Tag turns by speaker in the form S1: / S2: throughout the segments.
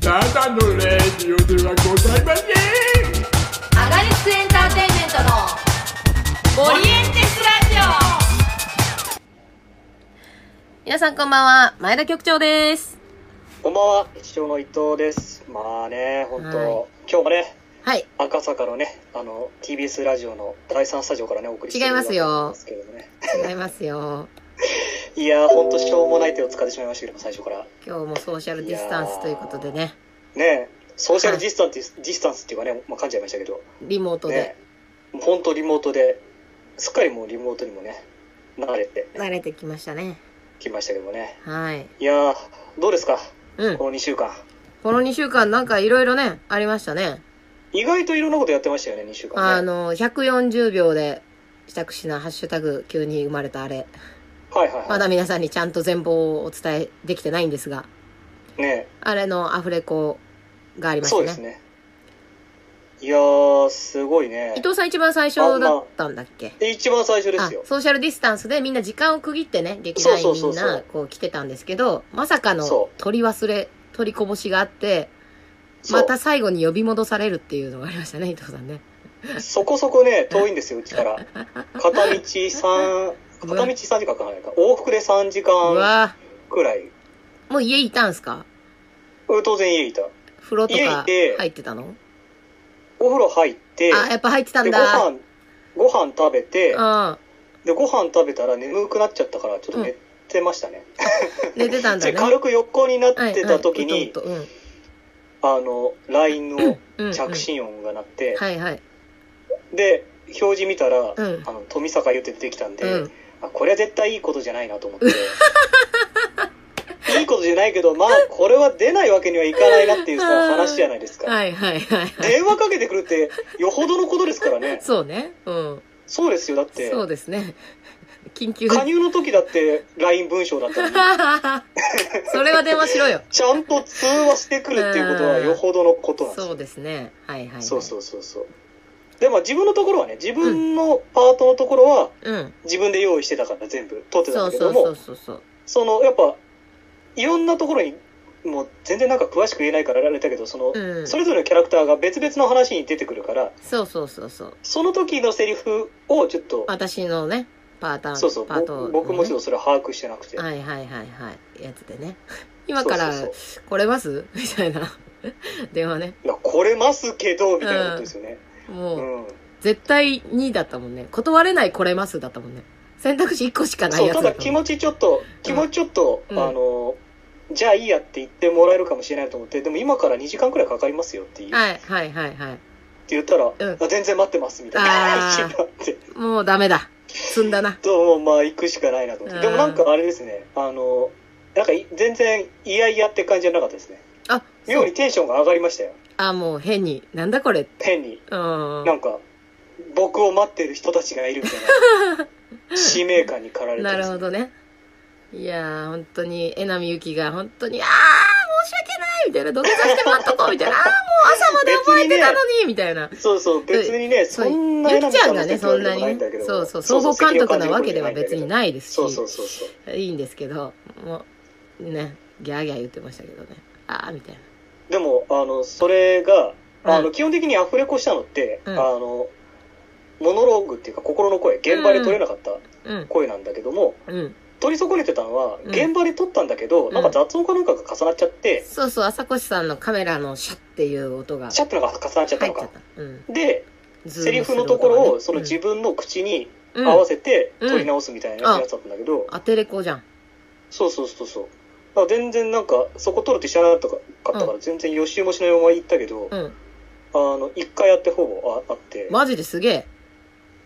S1: ただのレディオではございません
S2: アガリスクエンターテインメントのオリエンテスラ
S3: 皆さんこんばんは、前田局長です。
S4: こんばんは、一応の伊藤です。まあね、本当、
S3: は
S4: 今日もね、
S3: はい。
S4: 赤坂のね、あの、TBS ラジオの第3スタジオからね、お送りしてる
S3: 違いますよ
S4: わけなんですけれどもね。
S3: 違いますよ。
S4: いやー、本当しょうもない手を使ってしまいましたけども、最初から。
S3: 今日もソーシャルディスタンスということでね、
S4: ねえ、ソーシャルディスタンス、ディスタンスっていうかね、まあ、噛んじゃいましたけど、
S3: リモートで
S4: ねえ、もう本当リモートで、すっかりもうリモートにもね、慣れて
S3: 慣れてきましたね。
S4: きましたけどもね。
S3: はい。
S4: いやー、どうですか、
S3: うん。
S4: この2週間。
S3: この2週間なんかいろいろね、ありましたね。
S4: 意外といろんなことやってましたよね、2週間ね。
S3: あの、140秒で、私のハッシュタグ急に生まれたあれ。
S4: はいはいはい。
S3: まだ皆さんにちゃんと全貌をお伝えできてないんですが、
S4: ねえ
S3: あれのアフレコがありまし
S4: そ
S3: た
S4: うです
S3: ね。
S4: ね。いやー、すごいね
S3: 伊。藤さん一番最初だったんだっけ
S4: で一番最初で
S3: あ
S4: すよ。
S3: ソーシャルディスタンスでみんな時間を区切ってね劇
S4: そう
S3: 団
S4: そ
S3: 員
S4: う
S3: み
S4: そうんそう
S3: なこう来てたんですけどまさかの
S4: そ
S3: 取り忘れ取りこぼしがあって
S4: そう
S3: また最後に呼び戻されるっていうのがありましたね伊藤さんね
S4: そこそこね、遠いんですよ、う ちから。片道3、
S3: うわ
S4: 片道3時間かからないか。往復で3時
S3: う
S4: 間
S3: わ
S4: くらい。
S3: もう家いたんすか
S4: うん当然家いた。
S3: 風呂と
S4: 家
S3: か
S4: いて
S3: 入ってたの
S4: お風呂入って、
S3: あやっぱ入ってたん
S4: で、ご
S3: だ
S4: 飯、ご飯食べて、
S3: あ
S4: で、ご飯食べたら眠くなっちゃったから、ちょっと寝てましたね。
S3: 寝てたんだ
S4: で、
S3: ね
S4: 軽く横になっ
S3: はい
S4: てた時
S3: はいう
S4: に
S3: と、んと
S4: あの、LINE の
S3: うんうん
S4: 着信音が鳴って、
S3: はいはい
S4: で、表示見たら、
S3: うん
S4: あの、富坂言って出てきたんで、
S3: うん
S4: あこれは絶対いいことじゃないな と思っていいことじゃないけどまあこれは出ないわけにはいかないなっていうさ
S3: はい
S4: 話じゃないですか、
S3: はいはいはいはい
S4: 電話かけてくるってよほどのことですからね
S3: そうねうん
S4: そうですよだって
S3: そうですね 緊急
S4: 加入の時だって LINE 文章だったのに
S3: それは電話しろよ
S4: ちゃんと通話してくるっていうことはよほどのことなんです
S3: そ
S4: よ
S3: うですね。はいはい、はい。
S4: そうそうそうそうでも自分のところはね自分のパートのところは
S3: う。ん。
S4: 自分で用意してたから全部取ってた
S3: そう
S4: んだけ
S3: そ
S4: ど
S3: う
S4: も
S3: そうそうそう。
S4: そのやっぱいろんなところにもう全然なんか詳しく言えないからあれだけどその、
S3: うん。
S4: それぞれのキャラクターが別々の話に出てくるから
S3: そうそうそうそう。
S4: その時のセリフをちょっと
S3: 私のね、パーターン、
S4: そうそう
S3: パート、
S4: ぼ僕もち
S3: ょ
S4: ょっとそれ把握してなくて、
S3: はいはいはいはい。やつでね。 今から
S4: そうそう
S3: 来れます みたいな電話ね。
S4: いやこれますけどみたいなことですよね、う
S3: もう、
S4: ん
S3: 絶対2だったもんね。断れない来れますだったもんね。選択肢1個しかない
S4: そう
S3: やつだ
S4: た
S3: ったも
S4: だ
S3: ん
S4: 気持ちちょっと気持ちちょっと、
S3: うん
S4: あのじゃあいいやって言ってもらえるかもしれないと思ってでも今から2時間くらいかかりますよって言,、って
S3: はいはいはいはい。
S4: 言ったら、
S3: ん
S4: あ全然待ってますみたい な
S3: あー
S4: 感じになって
S3: もうダメだ。積んだな。
S4: と、まあ、行くしかないなと思って。でもなんかあれですね、あの、なんかい全然、いやいやって感じじゃなかったですね。
S3: あ、そ
S4: 妙に
S3: う。
S4: テンションが上がりましたよ。
S3: あ、もう変に。なんだこれ。
S4: 変に。
S3: うん。
S4: なんか、僕を待ってる人たちがいるみたい な。使命感に駆られて
S3: な
S4: で
S3: る
S4: す
S3: ほ
S4: ね
S3: どね。いやー、本当に、江波ゆきが本当に、あー、申し訳ないみたいな、土下座して待っとこうみたいな、あー、もう朝まで覚えて たのにみたいな。
S4: そうそう、別にね、そんな
S3: ゆきちゃんがね、
S4: 選
S3: そ
S4: ぶ
S3: ん
S4: 必
S3: な
S4: 要
S3: に
S4: もない
S3: ね
S4: んだけど。、
S3: そうそう、総合監督なわけでは別に
S4: い。
S3: ないです
S4: そうそう
S3: し、
S4: そうそう。
S3: いいんですけど、もう、ね、ギャーギャー言ってましたけどね、あー、みたい
S4: でも、あの、それが、あ
S3: う
S4: の、
S3: ん
S4: 基本的にアフレコしたのって、
S3: う
S4: あ
S3: ん
S4: の、モノローグっていうか、心の声、現場で撮れなかった
S3: な。うん、
S4: 声なんだけども、
S3: うん。
S4: 取り損ねてたのは、
S3: うん
S4: 現場で撮ったんだけど、
S3: うん
S4: なんか雑音かなんかが重なっちゃって、
S3: そうそう、朝越さんのカメラのシャッっていう音が
S4: シ
S3: 入
S4: ャッてのが重なっちゃ
S3: っ
S4: っ
S3: ち
S4: た
S3: ゃ
S4: の
S3: った
S4: か。。
S3: うん。
S4: で、
S3: ズ
S4: セ
S3: ー
S4: リ
S3: ムす
S4: フ
S3: る
S4: の
S3: 音
S4: と
S3: が
S4: こ
S3: ね
S4: ろをその
S3: うん
S4: 自分の口に
S3: う
S4: 合
S3: ん
S4: わせて
S3: うん
S4: 撮り直すみたいなやつだったんだけど、
S3: アテレコじゃん。
S4: そうそうそうそう。だから全然なんか、そこ撮るって知らなかったから、全然予習もしないまま行ったけど、
S3: うん。
S4: あの、一回やってほぼああって、
S3: マジですげえ。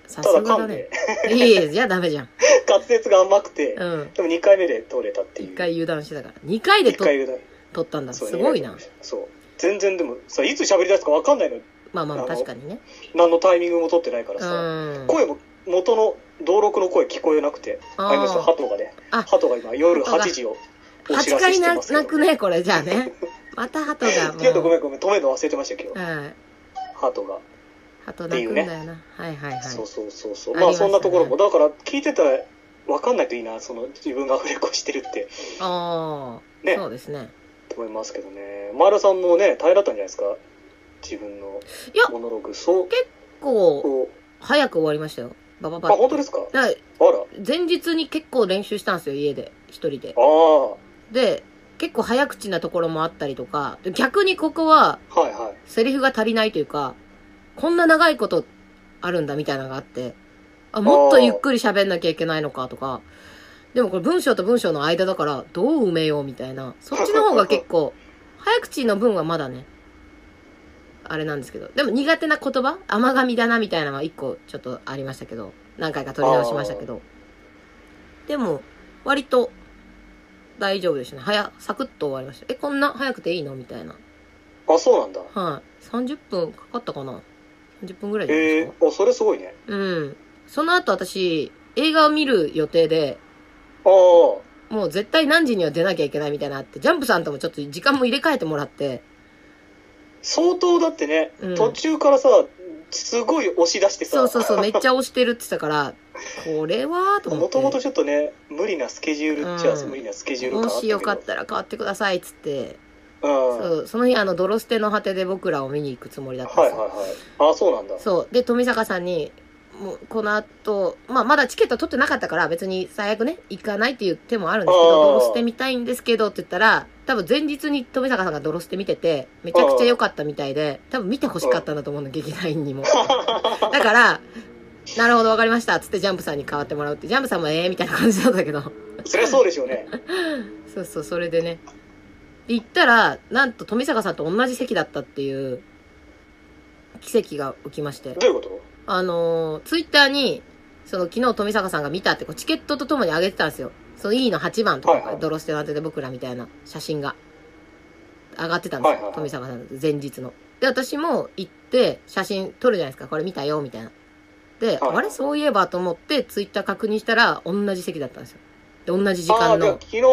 S3: さす
S4: た
S3: が
S4: だ
S3: だ
S4: 噛ん
S3: ね
S4: で。、
S3: いやいや、じゃあダメじゃん。
S4: 滑舌が甘くて、
S3: うん。
S4: でも2回目で撮れたってい
S3: 一
S4: う。
S3: 回油断してたから。二回で
S4: 一
S3: と
S4: 回言う
S3: 撮ったん
S4: な
S3: だ。
S4: そう
S3: すごいな。。
S4: そう。全然でも、さ、いつ喋り出すかわかんないの。
S3: まあま
S4: あ
S3: あ、
S4: の
S3: 確かにね。
S4: 何のタイミングも撮ってないから
S3: う
S4: さ。
S3: ん。
S4: 声も元の道録の声聞こえなくて、
S3: あー
S4: ありますよ、鳩がね。
S3: あ
S4: 鳩が今夜
S3: 鳩が
S4: 8時を
S3: 8
S4: お知らせし
S3: 回
S4: て
S3: な
S4: ますけど。
S3: なくね、これ、じゃあね。また鳩がも
S4: ちょっとごめ
S3: う。
S4: んごめん、止めるの忘れてましたけど、
S3: はい。
S4: 鳩が。
S3: 鳩泣くんだよな。はいはいはい。
S4: そうそうそうそう。
S3: あり
S4: ま
S3: ま
S4: あ
S3: した
S4: そ
S3: ね
S4: んなところも、だから聞いてたら分かんないといいな、その自分がアフレコしてるって。
S3: ああ。
S4: ね
S3: そうですね。
S4: 思いますけどね。前田さんもね、大変だったんじゃないですか自分の
S3: いや
S4: モノログ。そう。
S3: 結構、
S4: こ
S3: 早く終わりましたよ。ババ
S4: うあ、
S3: バッ
S4: 本当ですか
S3: だから
S4: あら。あ
S3: 前日に結構練習したんですよ、家で。一人で。
S4: あ。は
S3: で、結構早口なところもあったりとか、で逆にここはい
S4: はい。
S3: セリフが足りないというか、こんな長いことあるんだみたいなのがあって、あ、もっとゆっくり喋んなきゃいけないのかとか、でもこれ文章と文章の間だから、どう埋めようみたいな、そっちの方が結構、早口の分はまだね、あれなんですけど、でも苦手な言葉甘噛みだなみたいなのは一個ちょっとありましたけど、何回か取り直しましたけど、でも、割と、大丈夫でしたね。早、サクッと終わりました。え、こんな早くていいのみたいな。
S4: あ、そうなんだ。
S3: はい。30分かかったかな ?30 分ぐらいじゃない
S4: え
S3: で
S4: え
S3: すか、
S4: あ、それすごいね。
S3: うん。その後私、映画を見る予定で、
S4: ああ。
S3: もう絶対何時には出なきゃいけないみたいなのあって、ジャンプさんともちょっと時間も入れ替えてもらって、
S4: 相当だってね、
S3: うん
S4: 途中からさ、すごい押し出してさ、
S3: そうそう そう、めっちゃ押してるって言ってたから、これはと思
S4: も
S3: って。
S4: ともとちょっとね、無理なスケジュールっちゃ、
S3: うん
S4: 無理なスケジュール
S3: もしよか
S4: あ
S3: ったら変わってくださいっつって、
S4: たけど。うん。
S3: そう、その日あの、泥捨ての果てで僕らを見に行くつもりだったん
S4: は
S3: で
S4: い
S3: すよ。
S4: はいはい。あ、そうなんだ。
S3: そう。で、富坂さんに、もう、この後、まあ、まだチケット取ってなかったから、別に最悪ね、行かないっていう手もあるんですけど、
S4: あー
S3: 泥捨てみたいんですけどって言ったら、多分前日に富坂さんが泥捨て見てて、めちゃくちゃ良かったみたいで、多分見て欲しかったんだと思うの、劇団員にも。だから、なるほど、わかりました、つってジャンプさんに代わってもらうって、ジャンプさんもええー、みたいな感じだったけど。
S4: そりゃそうでしょ うね。
S3: そうそう、それでね。で行ったら、なんと富坂さんと同じ席だったっていう、奇跡が起きまして。
S4: どういうこと
S3: あのーツイッターに、その昨日富坂さんが見たってこうチケットとともに上げてたんですよ。その E の8番と
S4: はいは
S3: か、
S4: い
S3: ドロステの当てで僕らみたいな写真が上がってたんですよ。
S4: はいはいはい
S3: 富坂さんの前日の。で、私も行って写真撮るじゃないですか。これ見たよ、みたいな。で、
S4: はい
S3: あれそういえばと思ってツイッター確認したら同じ席だったんですよ。で、同じ時間
S4: あ
S3: の。
S4: ーで昨日、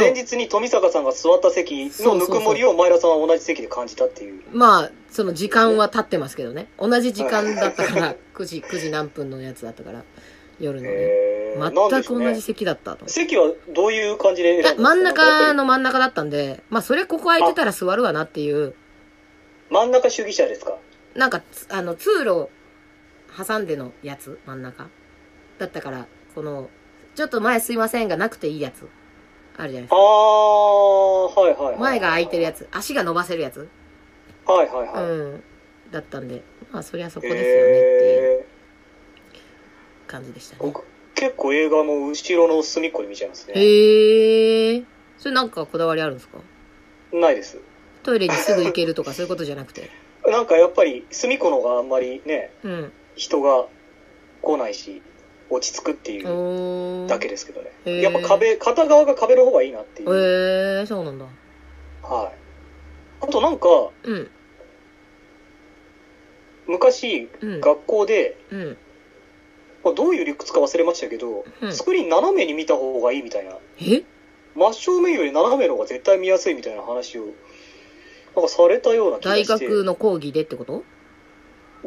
S4: 前日に富坂さんが座った席のぬくもりを前田さんは同じ席で感じたっていう。
S3: まあ、その時間は経ってますけどね。同じ時間だったから、9時、9時何分のやつだったから、夜のね。
S4: へーなん
S3: 全
S4: でしょ
S3: く
S4: う
S3: 同
S4: ね
S3: じ席だったと思って。
S4: 席はどういう感じで
S3: いや
S4: 選んだ
S3: 真ん
S4: んですか
S3: 中。の真ん中だったんで、まあそれここ空いてたら座るわなっていう、
S4: 真ん中主義者ですか
S3: なんかつ、あの、通路を挟んでのやつ、真ん中。だったから、この、ちょっと前すいませんがなくていいやつ。あるじゃないです
S4: あー、
S3: か。
S4: はいはいはい。
S3: 前が空いてるや。つ、足が伸ばせるやつ。
S4: はいはいは
S3: う
S4: い。
S3: ん。だったんで、まあそりゃそこですよねっていう
S4: え
S3: 感じでした
S4: ー、
S3: ね。
S4: 僕結構映画の後ろの隅っこで見ちゃいますね。
S3: へえ。それなんかこだわりあるんですか
S4: ないです。
S3: トイレにすぐ行けるとかそういうことじゃなくて。
S4: なんかやっぱり隅っこの方があんまりね、
S3: うん。
S4: 人が来ないし、落ち着くっていう
S3: おー。
S4: だけですけどね。
S3: へー
S4: やっぱ壁、片側が壁の方がいいなっていう。
S3: へえ、そうなんだ。
S4: はい。あとなんか、
S3: うん、
S4: 昔、
S3: うん。
S4: 学校で、
S3: うん。
S4: まあどういう理屈か忘れましたけど、
S3: うん
S4: スクリーン斜めに見た方がいいみたいな。
S3: え
S4: 真正面より斜めの方が絶対見やすいみたいな話を、なんかされたような気が
S3: 大
S4: して。
S3: 学の講義でってこと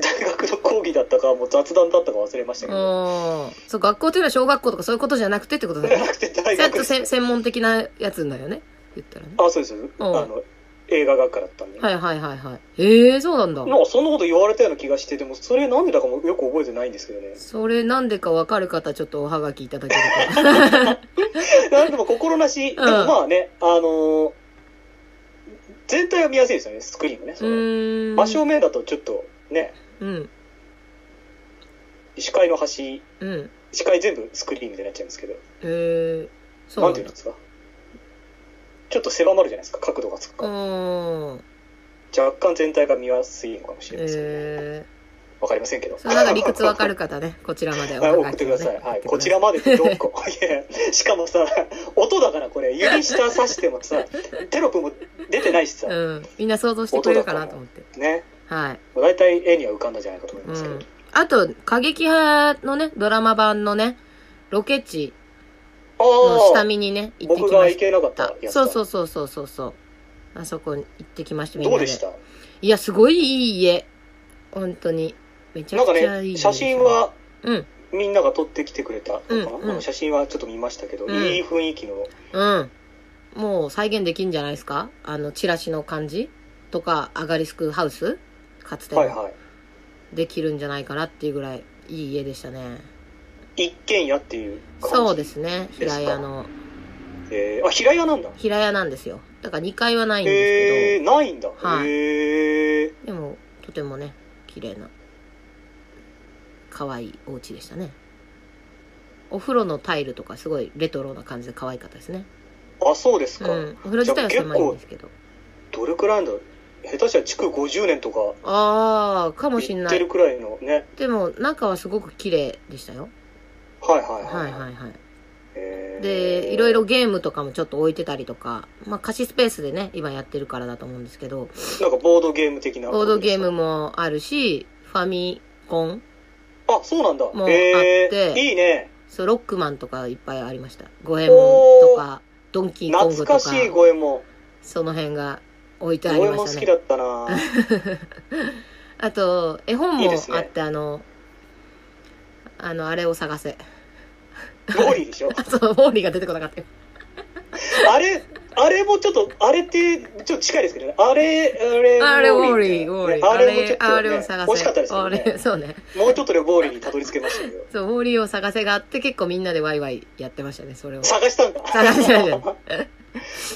S4: 大学の講義だったか、もう雑談だったか忘れましたけど。
S3: ああ。そう、学校というのは小学校とかそういうことじゃなくてってことだ
S4: じゃ
S3: よ
S4: な
S3: ね。
S4: くて大
S3: ちゃん
S4: 学
S3: とせ専門的なやつだよね。言ったらね。
S4: あ、そうです。あの、映画学科だったんで。
S3: はいはいはいはい。ええそうなんだ。。
S4: なんかそんなこと言われたような気がして、でもそれなんでだかもよく覚えてないんですけどね
S3: それなんでかわかる方ちょっとおはがきいただける
S4: なんでも心なし、でもまあね、あのー全体は見やすいですよね、スクリーンもね。
S3: と。
S4: そうの
S3: ーん。
S4: 真正面だとちょっとね、
S3: うん。
S4: 視界の端、
S3: うん。
S4: 視界全部スクリーンみたいになっちゃうんですけど、
S3: ええそう
S4: な
S3: なんん
S4: ていうん
S3: だ
S4: で。すか。ちょっと狭まるじゃないですか、角度がつく
S3: う
S4: から。
S3: ーん。
S4: 若干全体が見やすいのかもしれないですけど、
S3: ええ
S4: わかりませんけど。
S3: それなんか理屈わかる方ね、こちらまでお
S4: はい
S3: は
S4: 送
S3: が
S4: っ
S3: き
S4: て
S3: を
S4: く
S3: ね、
S4: ださい。はい。
S3: 送
S4: こ
S3: って
S4: ち
S3: くだ
S4: らまでって6個。 いやいやしかもさ、音だからこれ、指下指して もさ、テロップも出てないしさ、
S3: うん。みんな想像してくれるかなと思って。
S4: ね。
S3: はい。
S4: 大体絵には浮かんだんじゃないかと思いますけど。
S3: うん、あと、過激派のね、ドラマ版のね、ロケ地の
S4: あ
S3: 下
S4: あ、
S3: 見にね、行って
S4: 僕
S3: きま
S4: が行
S3: し
S4: けなかった
S3: た
S4: や。つ
S3: そ
S4: だ
S3: うそうそうそうそうそう。あそこに行ってきました、みん
S4: ど
S3: なで。
S4: うでした
S3: いや、すごいいい家。本当に。めちゃ
S4: なんか
S3: くちゃいい家
S4: ね、
S3: でし
S4: 写
S3: た
S4: 真、は
S3: うん、
S4: みんなが撮ってきてくれたのかな、
S3: うんうん
S4: この写真はちょっと見ましたけど、
S3: うん
S4: いい雰囲気の
S3: うん。もう再現できんじゃないですかあの、チラシの感じとか、アガリスクハウスかつて
S4: はい
S3: の
S4: は
S3: できるんじゃないかなっていうぐらい、いい家でしたね。
S4: い。一軒家っていう感じ
S3: そうですね。平屋の。
S4: えー、あ、平屋なんだ。
S3: 平屋なんですよ。だから2階はないん
S4: え
S3: で
S4: ー、ないんだ。
S3: はい
S4: へえ
S3: すけど、でも、とてもね、綺麗な、可愛いお家でしたね。お風呂のタイルとかすごいレトロな感じで可愛かったですね。
S4: ー。あ、そうです
S3: う
S4: か。
S3: ん。お風呂自体は狭いんですけど。
S4: どれくらいなんだ下手したら築50年とか
S3: ああ、かもしん
S4: 行っ
S3: な
S4: て
S3: い
S4: る。くらいのね。
S3: でも、中はすごく綺麗でしたよ。
S4: はいはいは。
S3: はいいはいはい。
S4: えー
S3: で、いろいろ。ゲームとかもちょっと置いてたりとか、まあ貸しスペースでね、今やってるからだと思うんですけど、
S4: なんかボードゲーム的な。
S3: ボードゲーム。もあるし、ファミコン、
S4: あ、そうなんだ。
S3: もあっ
S4: へー
S3: て
S4: いいね。
S3: そう、ロックマンとかいっぱいありました。五右衛門とか、ドンキーコング
S4: 懐
S3: と
S4: か
S3: か、
S4: しい五右衛門。
S3: その辺が置いて
S4: 五
S3: あ
S4: 右
S3: り
S4: 衛
S3: ま
S4: 門好
S3: し
S4: き
S3: た
S4: だ
S3: ね。
S4: っ たな
S3: あと、絵本
S4: いい
S3: もあっ
S4: です
S3: て、
S4: ね
S3: あの、あの、あれを探せ。
S4: ローリーでしょ
S3: あ、そう、ウォーリーが出てこなかった。
S4: あれ、あれもちょっと、あれって、ちょっと近いですけどね。あれ、あれ、
S3: あれ、ウ
S4: ボ
S3: ォー
S4: ー
S3: リー、
S4: リー
S3: ウォーリー。
S4: あれもちょっ
S3: あ
S4: と、
S3: れ
S4: ね、
S3: を探せ。
S4: 惜しかったですよ
S3: あれ
S4: ね。
S3: そうね。
S4: もうちょっとでボーリーにたどり着けましたけど。
S3: そう、ウォーリーを探せがあって結構みんなでワイワイやってましたね、それを。
S4: 探したんだ。
S3: 探してないじゃん。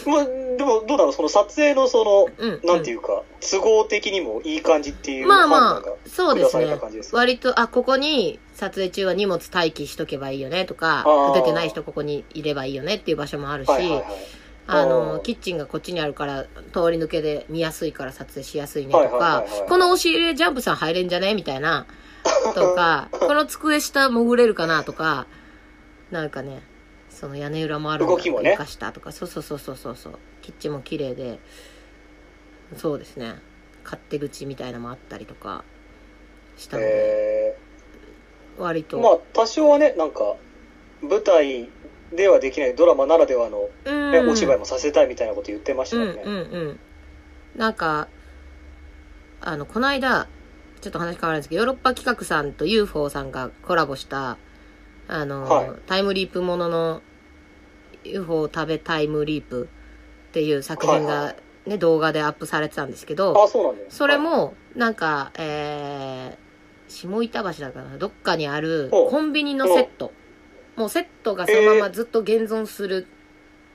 S4: まあ、でも、どうだろう、その撮影の、そ
S3: うん。
S4: の、なんていうか、都合的にもいい感じっていう
S3: まあ
S4: 判
S3: まあ
S4: 断が、
S3: そうです
S4: 下され
S3: ね
S4: た感じです。か
S3: 割と、あ、ここに撮影中は荷物待機しとけばいいよねとか
S4: あー、
S3: 出てない人ここにいればいいよねっていう場所もあるし、
S4: はいはいはい。
S3: あ
S4: あー
S3: の、キッチンがこっちにあるから、通り抜けで見やすいから撮影しやすいねと
S4: はいはい
S3: か
S4: はいはい、
S3: この押し入れジャンプさん入れんじゃねみたい な、とか、この机下潜れるかなとか、なんかね、その屋根裏もあるんだ
S4: 動きもね
S3: 床下とか、そうそうそうそうそうそう、キッチンも綺麗で、そうですね、勝手口みたいなのもあったりとかしたので、
S4: え
S3: 割
S4: ー、
S3: と、
S4: まあ、多少はね、なんか、舞台ではできないドラマならではの、ね
S3: うん
S4: お芝居もさせたいみたいなこと言ってました
S3: うん
S4: よ
S3: う
S4: ね。
S3: んうん。なんか、あの、この間、ちょっと話変わるんですけど、ヨーロッパ企画さんと UFO さんがコラボした、あの、
S4: はい
S3: タイムリープものの UFO を食べタイムリープっていう作品
S4: はいは
S3: が
S4: い
S3: ね、動画でアップされてたんですけど、
S4: あ、そうなんだよ。
S3: それも、なんか、えー、下板橋だからなどっかにある
S4: ほう
S3: コンビニのセット。もうセットがそのままずっと現存する、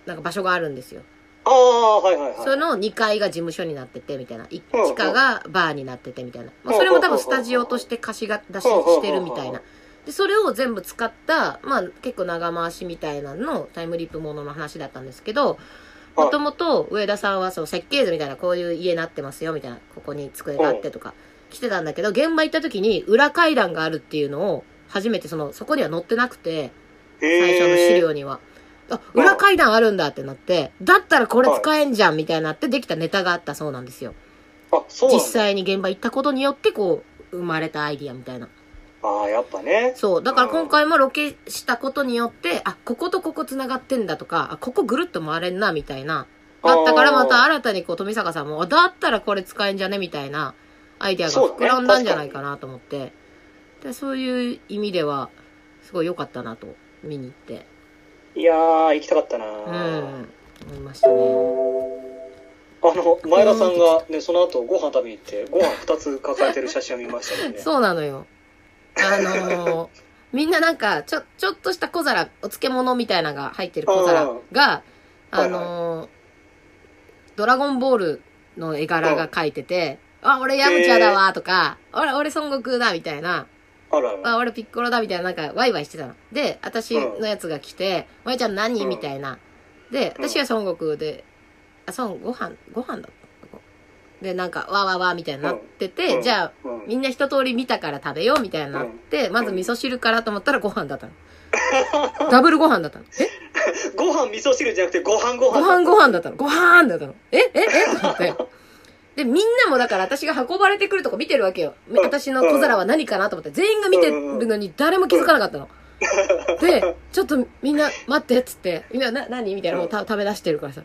S3: なんか場所があるんですよ。
S4: ああ、はいはいはい。
S3: その2階が事務所になっててみたいな地
S4: うんうん
S3: 下がバーになっててみたいな、ま
S4: うんう
S3: あ、
S4: ん
S3: それも多分スタジオとして貸しが出ししてるみた
S4: うんう
S3: い
S4: んうんうん
S3: なでそれを全部使った、まあ、結構長回しみたいなののタイムリープものの話だったんですけど
S4: はい
S3: もともと上田さんはその設計図みたいなこういう家になってますよみたいなここに机があってとか来てたんだけど現場行った時に裏階段があるっていうのを初めてそのそこには載ってなくて。最初の資料には。あ、裏階段あるんだってなって、だったらこれ使えんじゃんみたいになってできたネタがあったそうなんですよ。
S4: えーあ、そうなん
S3: 実
S4: だ。
S3: 際に現場行ったことによってこう、生まれたアイディアみたいな。
S4: ああ、やっぱね。
S3: そう。だから今回もロケしたことによって、あ、こことここ繋がってんだとか、あ、ここぐるっと回れんなみたいな。あったからまた新たにこう富坂さんも、あだったらこれ使えんじゃねみたいなアイディアが膨らんだんじゃないかなと思って。でそういう意味では、すごい良かったなと、見に行って。
S4: いやー、行きたかったな
S3: う
S4: ー、
S3: ん、思いましたね。
S4: あの、前田さんがね、その後ご飯食べに行って、ご飯2つ抱えてる写真を見ましたよね。
S3: そうなのよ。あ のーみんななんか、ちょ、ちょっとした小皿、お漬物みたいなのが入ってる小皿が、
S4: うん
S3: あのードラゴンボールの絵柄が書いてて、あ、俺ヤムチャだわとか、俺、俺孫悟空だみたいな、
S4: あらあら。
S3: あ、俺ピッコロだみたいな、なんかワイワイしてたの。で、私のやつが来て、まゆちゃん何
S4: うん
S3: みたいな。で、
S4: うん
S3: 私は孫悟空で、あ、孫、ご飯、ご飯だったので、なんか、わーわーわーみたいになってて、
S4: うん
S3: じゃあ、
S4: うん
S3: みんな一通り見たから食べようみたいになって、まず味噌汁からと思ったらご飯だったの。 ダブルご飯だったの。え
S4: ご飯味噌汁じゃなくて、ご飯ご
S3: ご
S4: 飯。
S3: 飯ご飯だったの。ご飯だったの。えええと思って。で、みんなもだから私が運ばれてくるとこ見てるわけよ。み
S4: うん
S3: 私の小皿は何かなと思って、全員が見てるのに誰も気づかなかったの。で、ちょっとみんな待ってっつって、みんなな、何みたいなもうた食べ出してるからさ。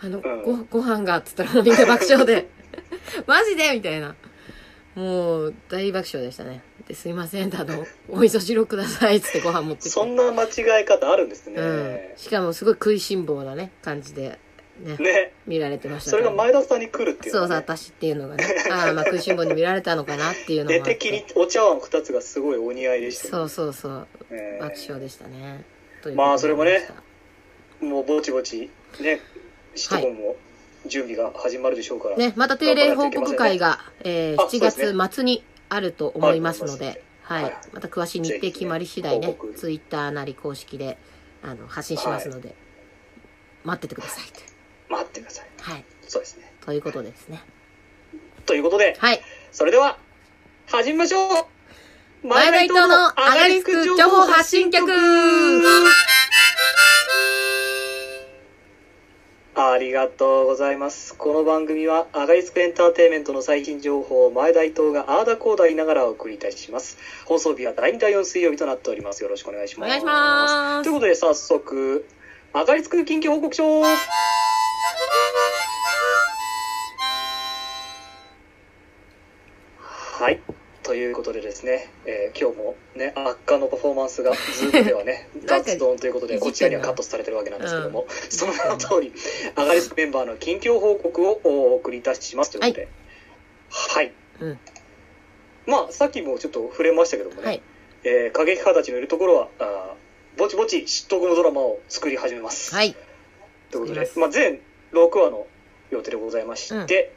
S3: あの、
S4: うん
S3: ご、ご飯がっつったらもうみんな爆笑で。 マジでみたいな。もう、大爆笑でしたね。ですいません、あの、お味噌汁をくださいっつってご飯持ってきて
S4: そんな間違え方あるんで
S3: う
S4: す
S3: ん
S4: ね。
S3: しかもすごい食いしん坊なね、感じで、ね、
S4: ね。
S3: 見られてました
S4: そ
S3: け
S4: れ
S3: ど
S4: が前田さんに来るっていうの
S3: そ
S4: は
S3: う
S4: ね
S3: そう、私っていうの がね、ああ、まあ食いしん坊に見られたのかなっていうの
S4: 出
S3: もあって
S4: てきにお茶碗二つがすごいお似合いでしたよ
S3: そうそうそう、
S4: ね
S3: 爆笑でしたね。ということで
S4: まあそれもねもうぼちぼち、ね、シトコンも準備が始まるでしょうから。
S3: ね、また定例報告会が、えー
S4: あそうですね
S3: 7月末にあると思いますので、はい、
S4: はい
S3: また詳しい日程決まり次第
S4: ぜ
S3: ね
S4: ひね報、告
S3: ツイッターなり公式で、あの、発信しますので、待っててくださいと。
S4: 待ってください。
S3: はい、
S4: そうですね。
S3: ということでですね。
S4: ということで、
S3: はい、
S4: それでは、始めましょう
S3: 前田伊藤のアガリスク情報発信局
S4: ありがとうございます。この番組はアガリスクエンターテインメントの最新情報を前田伊藤があーだこうだ言いながらお送りいたします。放送日は第2第4水曜日となっております。よろしくお願いし
S3: お
S4: ます。
S3: 願いしま
S4: と
S3: す、
S4: いう。ことで早速、アガリスク緊急報告書はい。ということでですね、えー今日もね、悪化のパフォーマンスが、ズームではね
S3: なんか
S4: 雑音ということで、こちらにはカットされてるわけなんですけども、その名の通り、アガリスクメンバーの近況報告をお送りいたしますということで、はい。
S3: うん
S4: まあ、さっきもちょっと触れましたけどもね、
S3: はい、
S4: えー、過激派たちのいるところは、あーぼちぼち嫉妬後のドラマを作り始めます。
S3: はい、
S4: というこ
S3: 作り
S4: と
S3: ま
S4: で、
S3: す
S4: まあ、全6話の予定でございまして、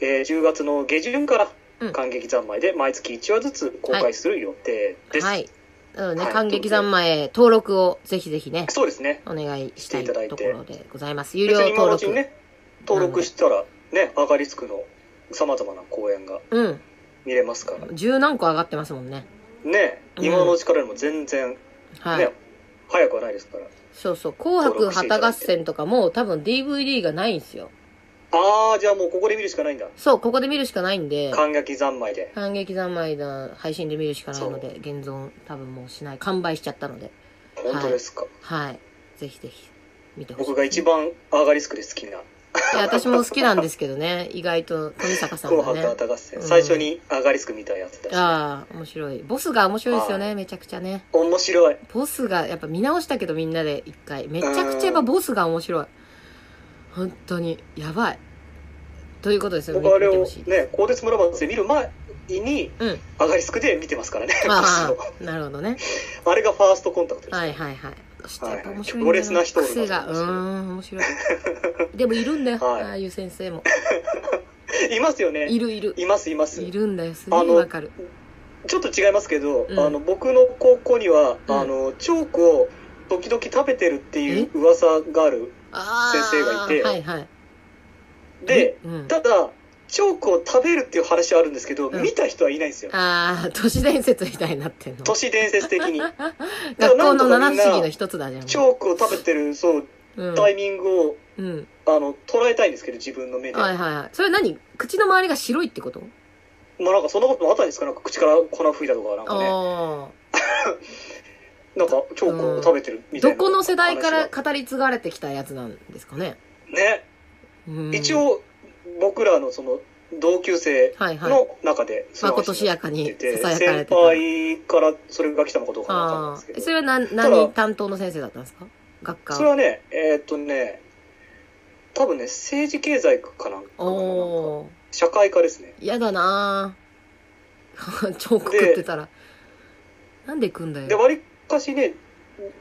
S4: えー10月の下旬から
S3: うん、
S4: 感激三昧で毎月1話ずつ公開する予定です。
S3: はい。なので
S4: は
S3: ね、
S4: い
S3: 感激三昧登録をぜひぜひね、
S4: そうですね。
S3: お願いし
S4: したて
S3: い
S4: いただいて
S3: ところでございます。有
S4: 別
S3: 料
S4: に今
S3: 登
S4: のうち
S3: 録。
S4: にね、登録したら、ね、アガリスクの様々な公演が
S3: うん。
S4: 見れますから、
S3: 十何個上がってますもんね。
S4: ね、
S3: うん
S4: 今のうちからでも全然、ね、
S3: はい。
S4: 早くはないですから。
S3: そうそう。紅白
S4: 登録していた
S3: 旗
S4: だ
S3: 合
S4: いて
S3: 戦とかもう多分 DVD がないんですよ。
S4: あー、じゃあもうここで見るしかないんだ。
S3: そう、ここで見るしかないんで、
S4: 感激三昧で。
S3: 感激三昧だ、配信で見るしかないので、現存多分もうしない。完売しちゃったので。
S4: 本当ですか。
S3: はい。ぜひぜひ、見てほしい。
S4: 僕が一番アガリスクで好きない
S3: や、私も好きなんですけどね。意外と、富坂さん
S4: 紅
S3: が
S4: 白
S3: ね。
S4: 歌合戦、
S3: うん
S4: 最初にアガリスク見たやつだし
S3: ああ、面白い。ボスが面白いですよね、めちゃくちゃね。
S4: 面白い
S3: ボスが、やっぱ見直したけどみんなで一回。めちゃくちゃやっぱボスが面白い。本当に、やばい。ということですよ、
S4: 僕あれ
S3: 見て
S4: を
S3: ほしい。
S4: ね鋼鉄村松で見る前に
S3: うん。
S4: アガリスクで見てますからね
S3: あ
S4: ボ
S3: あ、なるほどね。
S4: ス をあれがファーストコンタクトです、
S3: はいはいはい。そしてやっぱ面白いんだよ。
S4: 強烈な人を
S3: 癖が、うーん、面 白い。でもいるんだよ、
S4: はい
S3: ああいう先 生も。
S4: いますよね
S3: いるいる。
S4: いますいます
S3: いるんだよ、すげえ
S4: あの
S3: わかる。
S4: ちょっと違いますけど、
S3: うん
S4: あの僕の高校には、
S3: うん
S4: あのチョークを時々食べてるっていう噂がある
S3: ああ。
S4: 先生がいて
S3: はいはい。
S4: で、
S3: うん、
S4: ただチョークを食べるっていう話はあるんですけど、
S3: うん
S4: 見た人はいないんですよ
S3: ああ、都市伝説みたいになってんの。
S4: 都市伝説的 に
S3: 学校の
S4: なんとか
S3: 七
S4: みん
S3: 不
S4: な
S3: 思議の一つだじゃん。
S4: チョークを食べてるそう
S3: うん
S4: タイミングを、
S3: うん。
S4: あの捉えたいんですけど自分の目で、
S3: はいはいはい。それ何口の周りが白いってこと、
S4: まあなんかそんなこともあったんですかなんか口から粉吹いたとかなんかね
S3: あ
S4: なんかチョークを食べてる
S3: あ。
S4: みたい
S3: ど
S4: な
S3: この世代から語り継がれてきたやつなんですかね。
S4: ね、
S3: うん
S4: 一、応僕らのその同級生
S3: はいはい。
S4: の中でそ
S3: ま
S4: の
S3: ことしやかに囁
S4: 出て
S3: かれて
S4: 先
S3: た。
S4: 輩からそれが来たのかどうかわかんないん
S3: あ
S4: ですけ
S3: あ。
S4: ど
S3: それは何、
S4: だ
S3: 何担当の先生だったんですか学科。
S4: それはねえーっとね多分ね政治経済かなんかかななんか
S3: おー。
S4: 社会科ですね
S3: 嫌だなぁ。チョーク 食ってたら。なんで食うんだ
S4: で
S3: よ。
S4: わりかしね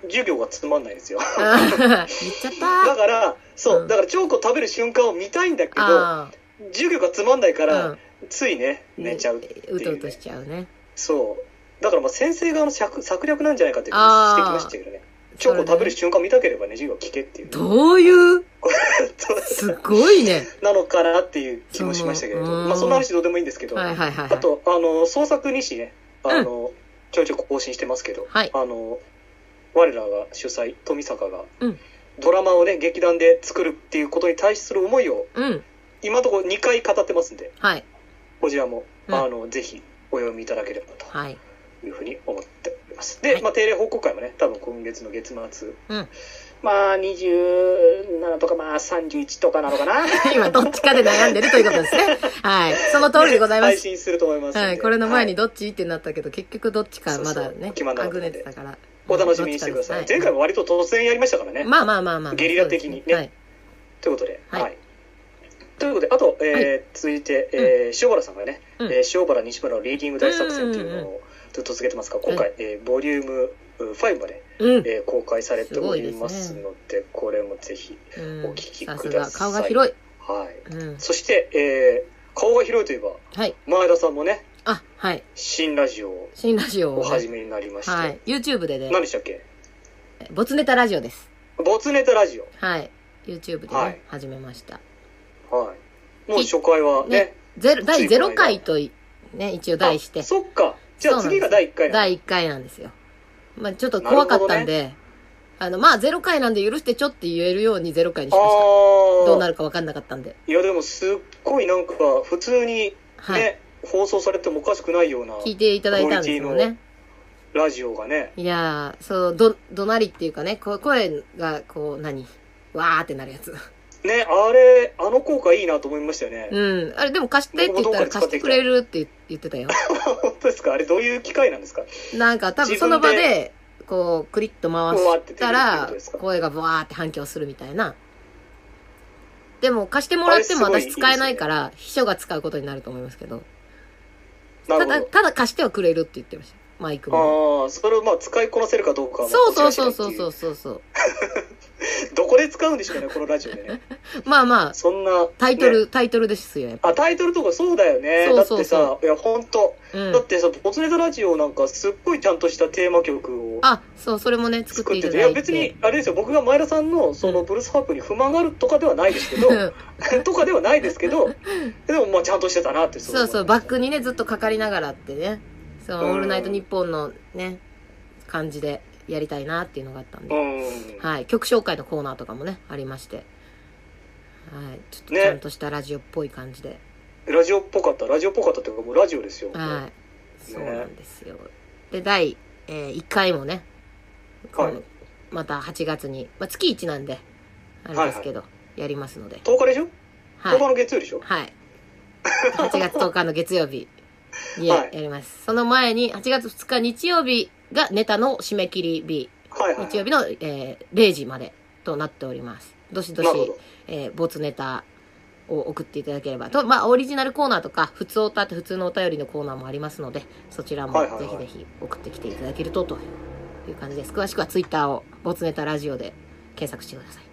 S4: 授業がつまんないんですよ
S3: あー言っちゃっ た。
S4: だから、そう、
S3: うん
S4: だからチョークを食べる瞬間を見たいんだけど、
S3: あ
S4: 授業がつまんないか
S3: あ。
S4: ら、
S3: うん。
S4: ついね、寝ちゃうっていう、
S3: う
S4: ね
S3: とうとしちゃうね。
S4: そう。だからまあ先生側の策策略なんじゃないかっていう
S3: あー
S4: 指摘ましたけどね。チョークを食べる瞬間を見たければね、授業を聞けっていう、
S3: どういう、
S4: そ
S3: すごいね。
S4: うなのかなっていう気もしましたけれど、
S3: そのうん
S4: まあそんな話どうでもいいんですけど、
S3: はいはいはい、はい。
S4: あと、あの、創作日誌ね、あの、ちょいちょい更新してますけど、
S3: はい
S4: あの、我らが主催、富坂が、
S3: うん
S4: ドラマをね、劇団で作るっていうことに対する思いを、
S3: うん。
S4: 今のところ2回語ってますんで、
S3: はい。
S4: こちらも、
S3: うん
S4: あの、ぜひお読みいただければと
S3: はい。
S4: いうふうに思っております。
S3: は
S4: で
S3: い、
S4: まあ、定例報告会もね、多分今月の月末、
S3: うん
S4: まあ、27とか、まあ、31とかなのかな。
S3: 今、どっちかで悩んでるということですね。はい。その通りでございま
S4: 配
S3: す。
S4: 信すると思いますんで。
S3: はい。これの前に
S4: はい
S3: どっちってなったけど、結局どっちかまだ
S4: そうそ
S3: ね
S4: う、決まんな
S3: あ
S4: かった
S3: ぐ
S4: ので
S3: ねてたから。
S4: お楽しみにしてください。前回
S3: も、
S4: も割と突然やりましたからね。
S3: まあまあまあまあ。
S4: ゲリラ的にね
S3: そうですはい。
S4: ということで、
S3: はい
S4: ということで、あと、えー続いて、えー塩原さんがね、
S3: うん
S4: えー塩原西村のリーディング大作戦というのをずっと続けてますが、今回、えーボリュームうん5まで、
S3: うん。
S4: えー公開されておりますす
S3: ごい
S4: ので、これもぜひ、
S3: う
S4: お聞
S3: ん
S4: き
S3: さす
S4: くだ
S3: が、
S4: さ
S3: 顔
S4: い
S3: が広い。
S4: はい。
S3: うん。
S4: そして、えー顔が広いといえば、
S3: はい。
S4: 前田さんもね、
S3: あ、はい。
S4: 新ラジオを
S3: 新ラジオを
S4: お
S3: ね、
S4: 始めになりまして、
S3: はい。YouTube でね
S4: 何、でしたっけ
S3: ボツネタラジオです。
S4: ボツネタラジオ。
S3: はい。YouTube でね、
S4: はい
S3: 始めました。
S4: はい。もう初回はね。
S3: ゼロ、第
S4: ついこ
S3: 0
S4: の間
S3: 回とい、ね、一応題して
S4: あ、そっか。じゃあ次が第1回なんだ
S3: 第1回なんですよ。まあちょっと怖かったんで、あの、まあ0回なんで許してちょって言えるように0回にしました。
S4: ああ。
S3: どうなるかわかんなかったんで。
S4: いやでもすっごいなんか普通にね、
S3: はい。
S4: 放送されてもおかしくないような
S3: 聞いていただいたんですよ
S4: クオリティ
S3: ね
S4: の。ラジオがね。
S3: いやー、そう、ど、怒鳴りっていうかね、こ声が、こう、何わーってなるやつ。
S4: ね、あれ、あの効果いいなと思いましたよね。
S3: うん。あれ、でも貸してって言ったら貸してくれるって言ってたよ。
S4: 本当ですかあれどういう機械なんですか
S3: なんか多分その場で、こう、クリッと回した
S4: こうやって出るってこ
S3: ら
S4: とですか、
S3: 声がブワーって反響するみたいな。でも貸してもらっても
S4: あれ
S3: 私
S4: すごい
S3: 使えないから、秘書が使うことになると思いますけど。
S4: な
S3: た
S4: る
S3: だ、
S4: ほ
S3: ただ貸してはくれるって言ってました。マイクも。
S4: ど。ああ、それをまあ使いこなせるかどうかはまあ
S3: そうそうそうそう
S4: こちら次第ってい
S3: そうそうそう。
S4: どこで使うんでしょうね、このラジオで ね。
S3: まあまあ、
S4: そんな。
S3: タイトル、
S4: ね
S3: タイトルですよ、やっぱ。
S4: あ、タイトルとかそうだよね。
S3: そうそう
S4: だっ
S3: そ
S4: てさ、いや、ほんと。
S3: うん
S4: だっ。てさ、ボツネタラジオなんかすっごいちゃんとしたテーマ曲を
S3: あ、そう、それもね、作っていた
S4: い
S3: だ
S4: や
S3: い
S4: 別
S3: て
S4: に。あれですよ僕が前田さんのそのブルース・ハープに不満があるとかではないですけど とかではないですけどでもまあちゃんとしてたなって
S3: そうそう、バックにね、ずっとかかりながらってね。そう、
S4: うん
S3: オールナイトニッポンのね、感じでやりたいなっていうのがあったん
S4: う
S3: で。
S4: ん
S3: はい。曲紹介のコーナーとかもね、ありまして。はい。ちょっと
S4: ね
S3: ちゃんとしたラジオっぽい感じで。
S4: ラジオっぽかったラジオっぽかったっていうかもうラジオですよ
S3: はい。そうなんですよ。で、第、え1回もね、
S4: はい
S3: このまた8月に、まあ、月1なんで、あれですけど、やりますので。
S4: 10日でしょ、
S3: は
S4: 10日
S3: い。
S4: の月曜でしょ
S3: はい。8月10日の月曜日に
S4: は
S3: や
S4: い
S3: ります。その前に、8月2日日曜日がネタの締め切り日。
S4: はいはい、はい、
S3: 日曜日の、えー0時までとなっております。どしどし
S4: なるほど、
S3: えー、ボツネタを送っていただければと、まあ、オリジナルコーナーとか、普通おたって普通のお便りのコーナーもありますので、そちらも
S4: は
S3: ぜ
S4: いはいはい
S3: ひぜひ送ってきていただけると、という感じです。詳しくはツイッターを、ボツネタラジオで検索してください。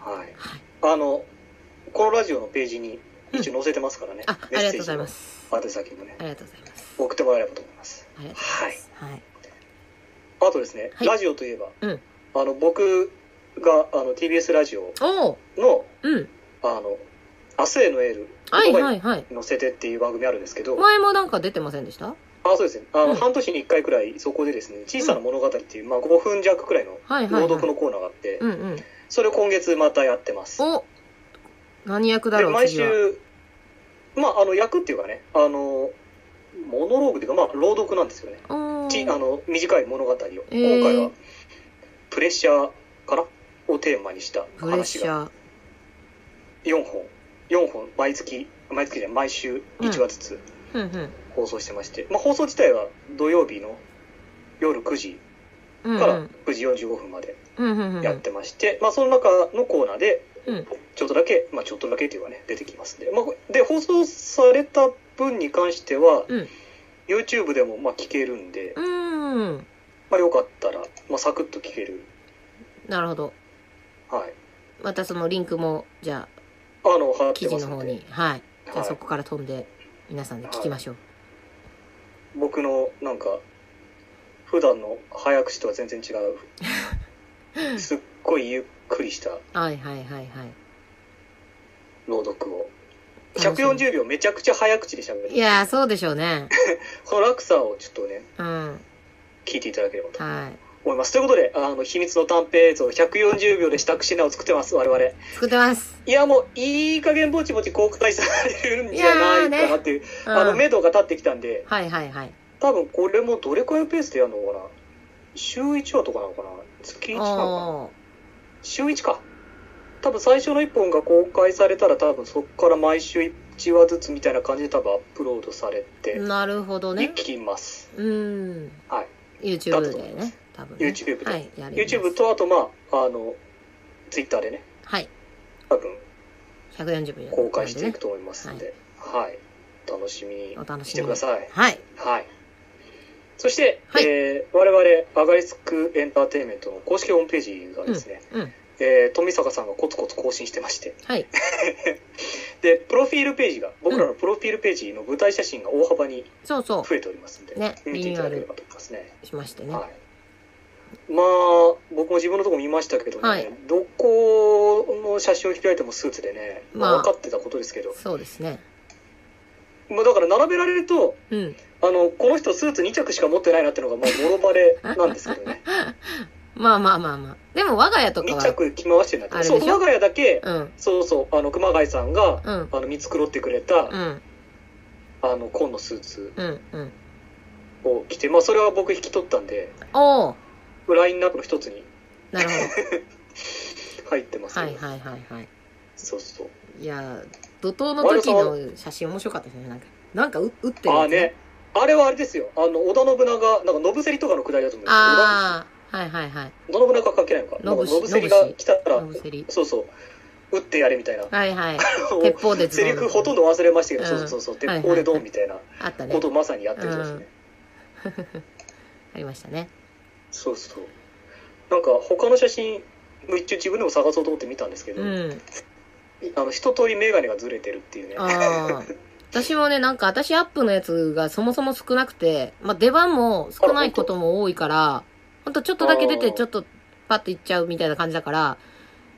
S4: はい、
S3: はい。
S4: あのこのラジオのページに一応載せてますからね、
S3: あ、あり
S4: メッ
S3: がと
S4: セ
S3: うご
S4: ー
S3: ざ
S4: ジ
S3: い
S4: の
S3: ます。
S4: 宛先もね
S3: ありがとうございます。
S4: 送ってもらえればと思います
S3: ありがとうござ
S4: はいい
S3: ます。はい。
S4: あとですね、
S3: はい
S4: ラジオといえば、
S3: うん
S4: あの僕があの TBS ラジオ
S3: おー
S4: の
S3: うん。
S4: あの「明日へのエール」
S3: はい
S4: 言葉
S3: は
S4: に
S3: いはい。
S4: 載せてっていう番組あるんですけど、
S3: 前もなんか出てませんでした
S4: あそうですねあの、
S3: うん
S4: 半年に1回くらいそこでですね「小さな物語」っていう、まあ、5分弱くらいの
S3: はいはい、はい。
S4: 朗読のコーナーがあって、
S3: うんうん。
S4: それを今月またやってます
S3: お何役だ
S4: で
S3: ろう
S4: 毎
S3: 次は
S4: 週まああの役っていうかねあのモノローグというかまあ朗読なんですよね、
S3: お
S4: ち
S3: ー
S4: あの短い物語を、今
S3: えー
S4: 回は「プレッシャー」からをテーマにした
S3: プレッ
S4: 話
S3: シ
S4: が
S3: ャー。
S4: 4本4本毎月毎月じゃない毎週1話ずつ
S3: うんうん。
S4: 放送してまして、まあ、放送自体は土曜日の夜9時
S3: うん
S4: か
S3: う
S4: ら
S3: ん。
S4: 9時45分まで
S3: うんうんうん。
S4: やってまして、まあ、その中のコーナーで
S3: うん
S4: ちょっとだけ、まあ、ちょっとだけというかね出てきますんで,、まあ、で放送された分に関しては、
S3: うん
S4: YouTube でもまあ聞けるんで、
S3: うーん。
S4: まあ、よかったら、まあ、サクッと聞ける、
S3: なるほど。
S4: はい、
S3: またそのリンクも、じゃあ、
S4: あの貼っ
S3: 記
S4: て
S3: 事
S4: ます
S3: の
S4: の
S3: 方
S4: で
S3: に。はい。じゃ
S4: は
S3: あ
S4: い
S3: そこから飛んで、皆さんで聞きましょう。
S4: 僕のなんか普段の早口とは全然違う すっごいゆっくりした
S3: はいはいはいはい。
S4: 朗読を
S3: 楽しみ
S4: 140秒めちゃくちゃ早口でしゃべ
S3: い
S4: る
S3: やー、そうでしょうね。
S4: この落差をちょっとね
S3: うん。
S4: 聞いていただければと
S3: は
S4: 思いますということであの秘密の短編映像140秒で支度しなを作ってます我々
S3: い。作ってます。
S4: いやもういい加減ぼちぼち公開されるんじゃないかなっていう
S3: うん
S4: あの
S3: はい
S4: 目処が立ってきたんで
S3: はいはい。
S4: 多分これもどれくらいのペースでやるのかな週1話とかなのかな月1話かな
S3: おー。
S4: 週1か多分最初の1本が公開されたら多分そこから毎週1話ずつみたいな感じで多分アップロードされて
S3: なるほど
S4: い
S3: ね。
S4: きます、
S3: うーん。
S4: はい
S3: YouTube でね。多分ね。
S4: YouTube で
S3: はい。やります
S4: YouTube。とあとまああの Twitter でね
S3: はい。
S4: 多分
S3: 140分
S4: 公開していくと思います
S3: は
S4: ん
S3: い
S4: で、はい、楽しみ
S3: お楽
S4: に
S3: しみに
S4: してください。
S3: はい。
S4: はい。そして、
S3: はい
S4: えー我々、アガリスクエンターテインメントの公式ホームページがですね、
S3: うん。
S4: えー富坂さんがコツコツ更新してまして、
S3: はい。
S4: で、プロフィールページが、僕らのプロフィールページの舞台写真が大幅に
S3: そうそ
S4: 増えておりますんで、
S3: ね
S4: 見ていただければと思いますね。
S3: う。しましてね。
S4: はい。まあ、僕も自分のとこ見ましたけどね、
S3: はい
S4: どこの写真を開いてもスーツでね、まあ
S3: まあ
S4: 分かってたことですけど、
S3: そうですね。
S4: まあ、だから並べられると、
S3: うん。
S4: あの、この人スーツ2着しか持ってないなっていうのが、まあ、もろバレなんですけ どね。
S3: まあまあまあまあ。でも我が家とか
S4: 2
S3: は、
S4: 着着回してるんだけ
S3: あれ
S4: ど、
S3: で
S4: そう、
S3: しょ
S4: 我が家だけ、
S3: うん。
S4: そうそう、あの、熊谷さんが、
S3: うん。
S4: あの、見繕ってくれた、
S3: うん。
S4: あの、紺のスーツ
S3: うん。うん。
S4: を着て、まあ、それは僕引き取ったんで、
S3: おお
S4: ラインナップの一つに
S3: なるほ
S4: 入ってます
S3: ど。
S4: けど、
S3: はいはいはいはい。
S4: そうそう。
S3: いやー、怒涛の時の写真面白かったですね。なんか、なんかう打ってる
S4: あ
S3: や
S4: あ
S3: つ
S4: ね。。あれはあれですよ。あの、織田信長、なんか、信競りとかのくだりだと思うんです
S3: ああ、はいはいはい。
S4: けど、織田信長は関係ないのか。なんか、
S3: 信
S4: 信
S3: 氏
S4: 競りが来たら
S3: ラ、ブセリ。
S4: そうそう、撃ってやれみたいな。
S3: はい はい。
S4: もう
S3: 鉄砲でズ
S4: セ
S3: ドン
S4: リフほとんど忘れましたけど、
S3: うん
S4: そうそうそう、鉄砲でドンみたいな
S3: あったね
S4: こ。とをまさにやってるんですね。
S3: ありましたね。
S4: そうそう。なんか、他の写真、一応自分でも探そうと思って見たんですけど、
S3: うん。
S4: あの、一通りメガネがずれてるっていうね。
S3: ああ。私もね、なんか私アップのやつがそもそも少なくて、まあ出番も少ないことも多いから、ほんとちょっとだけ出
S4: あ
S3: て
S4: ー
S3: ちょっとパッと行っちゃうみたいな感じだから、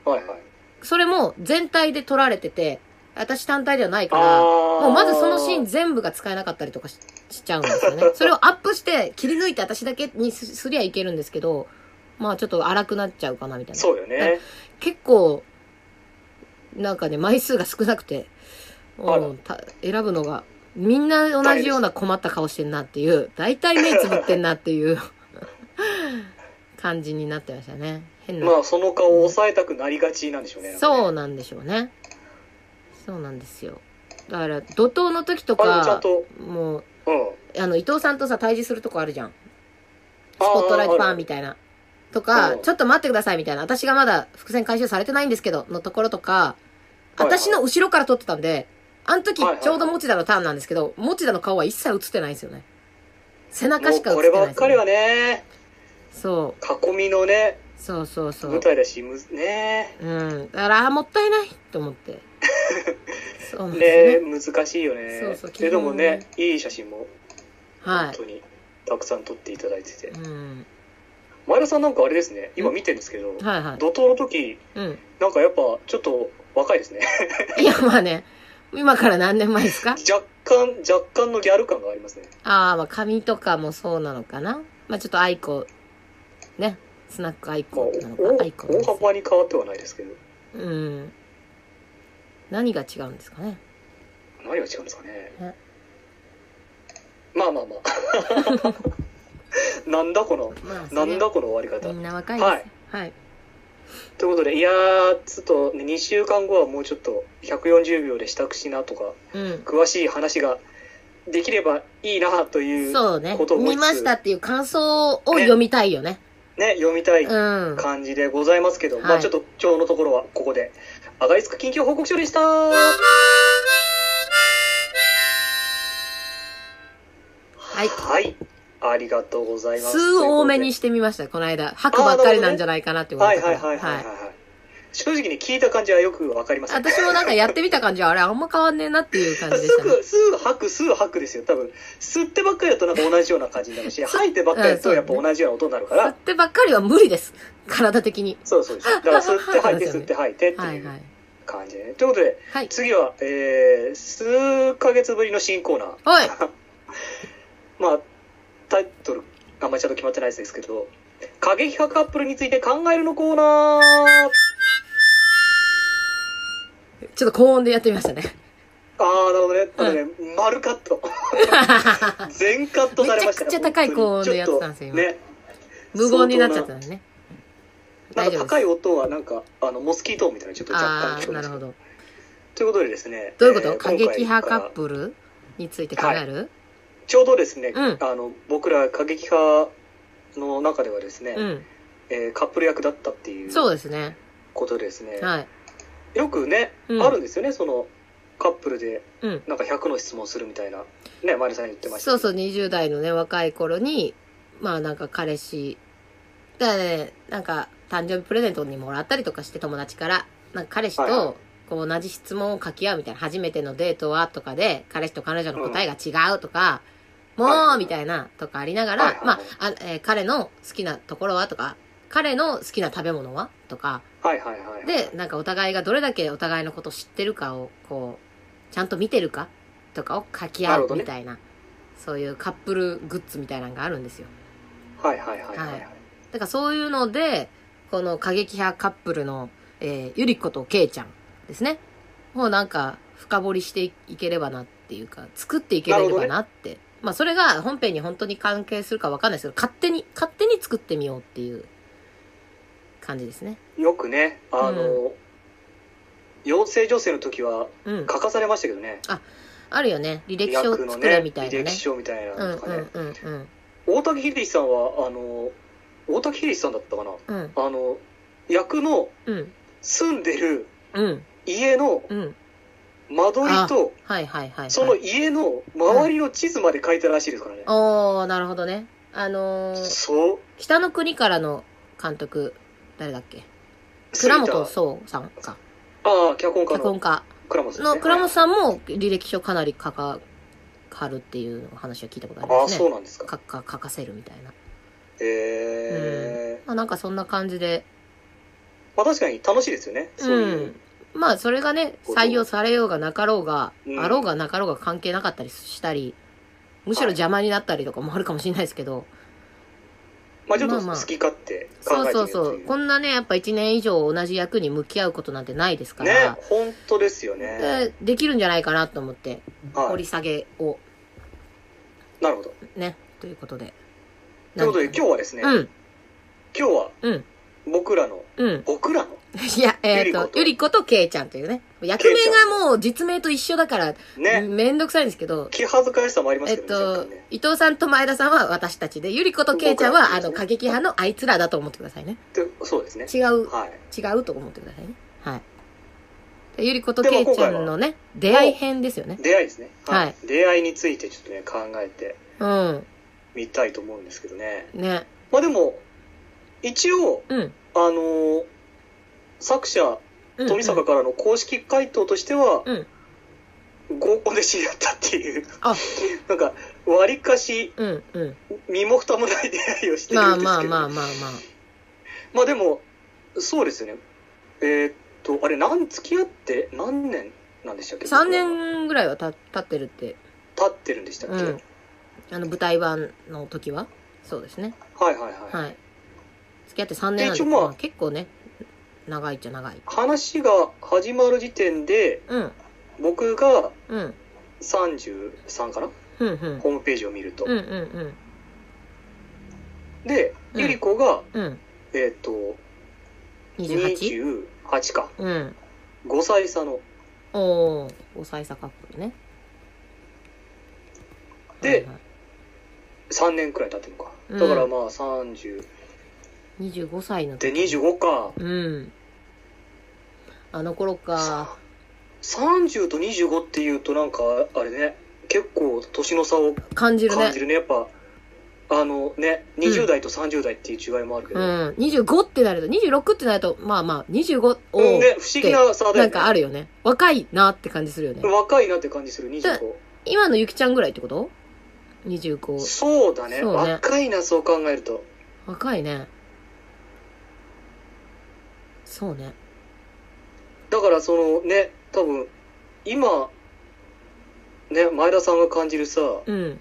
S4: はいはい。
S3: それも全体で撮られてて、私単体ではないから、
S4: あ
S3: もうまずそのシーン全部が使えなかったりとかししちゃうんです よね。それをアップして切り抜いて私だけにすすりゃいけるんですけど、まあちょっと荒くなっちゃうかなみたいな。
S4: そうよね。
S3: 結構、なんかね、枚数が少なくて、
S4: あら
S3: うんた選ぶのが、みんな同じような困った顔してんなっていう、大体目つぶってんなって いう感じになってましたね。変な。
S4: まあ、その顔を抑えたくなりがちなんでしょうね。
S3: そう
S4: う。
S3: なんでしょうね。そうなんですよ。だから、怒涛の時と
S4: あの、ちゃん
S3: か、
S4: と、
S3: もう、
S4: うん。
S3: あの、伊藤さんとさ、対峙するとこあるじゃん。ス
S4: ス
S3: ポットライトパンみたいな。とか、
S4: うん
S3: ちょっと待ってくださいみたいな。私がまだ伏線回収されてないんですけど、のところとか、
S4: はいはい
S3: 私の後ろから撮ってたんで、あの時、
S4: はいはいはい
S3: ちょうど持田のターンなんですけど、持田の顔は一切映ってないんですよね。背中
S4: も
S3: し
S4: う
S3: か映っ
S4: こ
S3: て
S4: れ
S3: ない
S4: ば
S3: で
S4: っ
S3: すよ
S4: か
S3: ね、
S4: りはね、
S3: そう。
S4: 囲みのね、
S3: そうそうそう
S4: 舞。台だし、むずね
S3: うん。だから、あーもったいないと思っ て。そうなんです
S4: ね
S3: よね。
S4: 難しいよね。
S3: そうそう
S4: ででもね、いい写真も
S3: は
S4: 本当にたくさん撮っていただいてて
S3: い。。うん。
S4: 前田さんなんかあれですね、今見てるんですけど、
S3: はいはい。
S4: 怒涛の時、
S3: うん。
S4: なんかやっぱちょっと若いですね。
S3: いや、まあね、今から何年前ですか
S4: 若干、若干のギャル感がありますね。
S3: ああ、まあ髪とかもそうなのかな。まあちょっとアイコ、ね、スナックアイ
S4: まあ、
S3: コなのか、アイコン
S4: お
S3: で
S4: 大
S3: す
S4: 幅に変わってはないですけど、
S3: うん。何が違うんですかね。
S4: 何が違うんですかね
S3: ね。
S4: まあまあま あ。なんだこの、
S3: まあ、それ
S4: なんだこの終わり
S3: み
S4: 方。
S3: んな若いです。は
S4: はいい。ということで、いやー、ちょっとね2週間後はもうちょっと140秒で支度しなとか、
S3: うん。
S4: 詳しい話ができればいいなという、
S3: そうね
S4: こと。を思いつ
S3: 見
S4: つ
S3: ましたっていう感想を読みたいよね。
S4: ね、読みたい
S3: うん。
S4: 感じでございますけど、ま
S3: は
S4: あ
S3: い
S4: ちょっと今日のところはここで、アガリスク緊急報告書でした。
S3: い
S4: はい。ありがとうございます。
S3: 数多めに
S4: し
S3: してみました、この間。吐くばっかりなんじゃないかなって
S4: て
S3: 思っ
S4: はい
S3: たか
S4: はい
S3: ら。
S4: はいはいはい。はい、正直に聞いた感じはよくわかりません。
S3: 私もなんかやってみた感じは、あれあんま変わんねえなっていう感じでし
S4: す
S3: たね。
S4: ぐ、すぐ吐く、すぐ吐くですよ。多分、吸ってばっかりだとなんか同じような感じになるし、吐いてばっかりだとやっぱ同じような音になるか
S3: 吸っ
S4: ら、
S3: てばっかりは無理です。体的に。
S4: そうそうです。だから吸って吐いて、
S3: そうですよね
S4: 吸って吐いてって
S3: はいいは
S4: う
S3: い。
S4: 感じでね。ということで、
S3: はい。
S4: 次は、えー、数ヶ月ぶりの新コーナー。
S3: はい。
S4: まあ、タイトル、あんまりちゃんと決まってないですけど、過激派カップルについて考えるのコーナー
S3: ちょっと高音でやってみましたね。
S4: ああ、なるほどね。あのね、丸カット。 全カットされましたね
S3: めちゃくちゃ高い高音でやってたんですよ
S4: 本当にちょっ
S3: 無言になっちゃったんでね。
S4: とね。な
S3: 大
S4: んか
S3: 丈夫
S4: 高
S3: です。
S4: い音はなんか、あの、モスキート音みたいな、ちょっと若干
S3: あ
S4: 聞
S3: あ、
S4: こ
S3: な
S4: えま
S3: る
S4: す
S3: ほ。ど。
S4: ということでですね。
S3: どういうこと
S4: えー
S3: 過激派カッ。
S4: 今回から
S3: プルについて考える
S4: ちょうどですね、
S3: うん
S4: あの、僕ら過激派の中ではですね、
S3: うん。
S4: えーカップル役だったっていう
S3: そうですね。
S4: ことですね。
S3: はい。
S4: よくね、
S3: うん
S4: あるんですよねそのカップルで
S3: うん。
S4: なんか100の質問するみたいなねマリさん言ってました
S3: そうそう、20代のね、若い頃に、まあなんか彼氏、だからね、なんか誕生日プレゼントにもらったりとかして友達から、なんか彼氏
S4: はいはい
S3: と、こう同じ質問を書き合うみたいな、初めてのデートはとかで、彼氏と彼女の答えが違うとか、も
S4: は
S3: う
S4: い
S3: みたいなとかありなが
S4: はい
S3: ら
S4: は、い
S3: まあ、あえー彼の好きなところはとか、彼の好きな食べ物はとか、
S4: はいはいはい
S3: で、なんかお互いがどれだけお互いのことを知ってるかを、こう、ちゃんと見てるかとかを書き
S4: な
S3: 合
S4: るほ
S3: う
S4: どね
S3: みたいな、そういうカップルグッズみたいなのがあるんですよ。
S4: はいはいはいはいは
S3: はいいだからそういうので、この過激派カップルの、えー、ゆりことけいちゃんですね。もうなんか、深掘りしていければなっていうか、作っていければなって。まあそれが本編に本当に関係するかわかんないですけど、勝手に、勝手に作ってみようっていう感じですね。
S4: よくねあの、養成女性の時は
S3: うん。
S4: 書かされましたけどね
S3: あるよね。履歴
S4: 医
S3: 書
S4: 学の
S3: 作れ
S4: ね
S3: みたいな
S4: 履
S3: ね
S4: 歴。書みたいな
S3: うん
S4: のとかね、
S3: うんうんうん
S4: 大竹秀樹さんはあの大竹秀樹さんだったかな
S3: うん
S4: あの役の
S3: うん
S4: 住んでる
S3: うん
S4: 家の
S3: うん
S4: 間取りと
S3: はいはいはいはい
S4: その家の周りの地図まで書いたらしいですからね、
S3: おーなるほどねあのー、
S4: そう
S3: 北の国からの監督誰だっけ
S4: 杉
S3: 倉
S4: 田
S3: 本壮さんか
S4: ああ脚本家
S3: 脚本
S4: の
S3: 家
S4: 倉本です、ね、
S3: の倉本さんも履歴書かなり書かかるっていう話を聞いたことあり
S4: あ
S3: ま
S4: あ
S3: す
S4: そう
S3: ね
S4: なんですか
S3: かか書かせるみたいな、
S4: ええ
S3: まあ、なんかそんな感じで
S4: まあ確かに楽しいですよねそういう、
S3: うん、まあそれがね
S4: こと
S3: 採用されようがなかろうが、
S4: うん
S3: あろうがなかろうが関係なかったりしたりむしろ
S4: はい
S3: 邪魔になったりとかもあるかもしれないですけど、
S4: まあちょっと
S3: まあまあ
S4: 好き勝手考
S3: そう
S4: えてみ
S3: そう
S4: よう
S3: そう
S4: という
S3: こんなねやっぱ1年以上同じ役に向き合うことなんてないですか
S4: ね
S3: ら、
S4: 本当ですよね、
S3: でできるんじゃないかなと思って掘
S4: は
S3: り
S4: い
S3: 下げを
S4: なるほど
S3: ねということで。
S4: ということで今日はですね、
S3: うん
S4: 今日は
S3: うん
S4: 僕らの
S3: うん。
S4: 僕らの
S3: いや、えっ、と、ゆり
S4: ゆり
S3: 子とけいちゃんというね。役名がもう実名と一緒だから、
S4: ね、
S3: めんどくさいんですけど、
S4: 気恥ずかしさもありま
S3: え
S4: す
S3: っ
S4: けど、ね若
S3: と
S4: 干ね、
S3: 伊藤さんと前田さんは私たちで、ゆり子とけいちゃんは、あ
S4: 僕らです
S3: の、
S4: ね
S3: 過激派のあいつらだと思ってくださいね。
S4: でそうですね
S3: 違う、
S4: はい
S3: 違うと思ってくださいね。はい。でゆり子とけいちゃんのね、出会い編ですよね。
S4: 出会いですね、
S3: はい
S4: 出会いについてちょっとね考えて
S3: うん。
S4: みたいと思うんですけどね
S3: ね。
S4: まあでも一応
S3: うん。
S4: あのー作者
S3: うん
S4: 富坂からの公式回答としては、
S3: うん
S4: 合コンで知り合ったっていう
S3: あ
S4: なんかわりかし
S3: うん、うん。
S4: 身も蓋もない出会いをして
S3: ま
S4: る
S3: あ
S4: んですけど、
S3: まあまあまあまあ。
S4: まあでもそうですよねえーっとあれ何付き合って何年なんでしたっけ
S3: 3年ぐらいはた経ってるって、
S4: 経ってるんでしたっけ、
S3: うんあの、舞台版の時はそうですね。
S4: はいはいはい、
S3: はい。付き合って3年なんで、
S4: 一応まあ
S3: まあ結構ね、長いっちゃ長い。
S4: 話が始まる時点で
S3: うん、
S4: 僕が
S3: うん、
S4: 33かな
S3: うん、うん。
S4: ホームページを見ると、
S3: うん、うん、
S4: で
S3: うん
S4: ゆり子が、
S3: うん。うん。
S4: えーっと
S3: 28?
S4: 28か
S3: うん。
S4: 5歳差の
S3: おー、おさいさカップルね。
S4: で
S3: はいはい
S4: 3年くらい経ってるのか
S3: うん
S4: だからまあ30
S3: 25歳の
S4: で
S3: 時。
S4: 25か
S3: うん。あの頃か。
S4: 30と25っていうとなんかあれね結構年の差を
S3: 感じるね。
S4: 感じるねやっぱあのね20代と30代っていう違いもあるけ
S3: う
S4: ど、
S3: ん。25ってなると、26ってなると、まあまあ、25を、
S4: うんね不思議な差だよね
S3: なんかあるよね。若いなって感じするよね。
S4: 若いなって感じする25
S3: 今のゆきちゃんぐらいってこと ?25。
S4: そうだね
S3: そうね
S4: 若いなそう考えると
S3: 若いね。そうね。
S4: だからそのね多分今ね前田さんが感じるさ
S3: うん。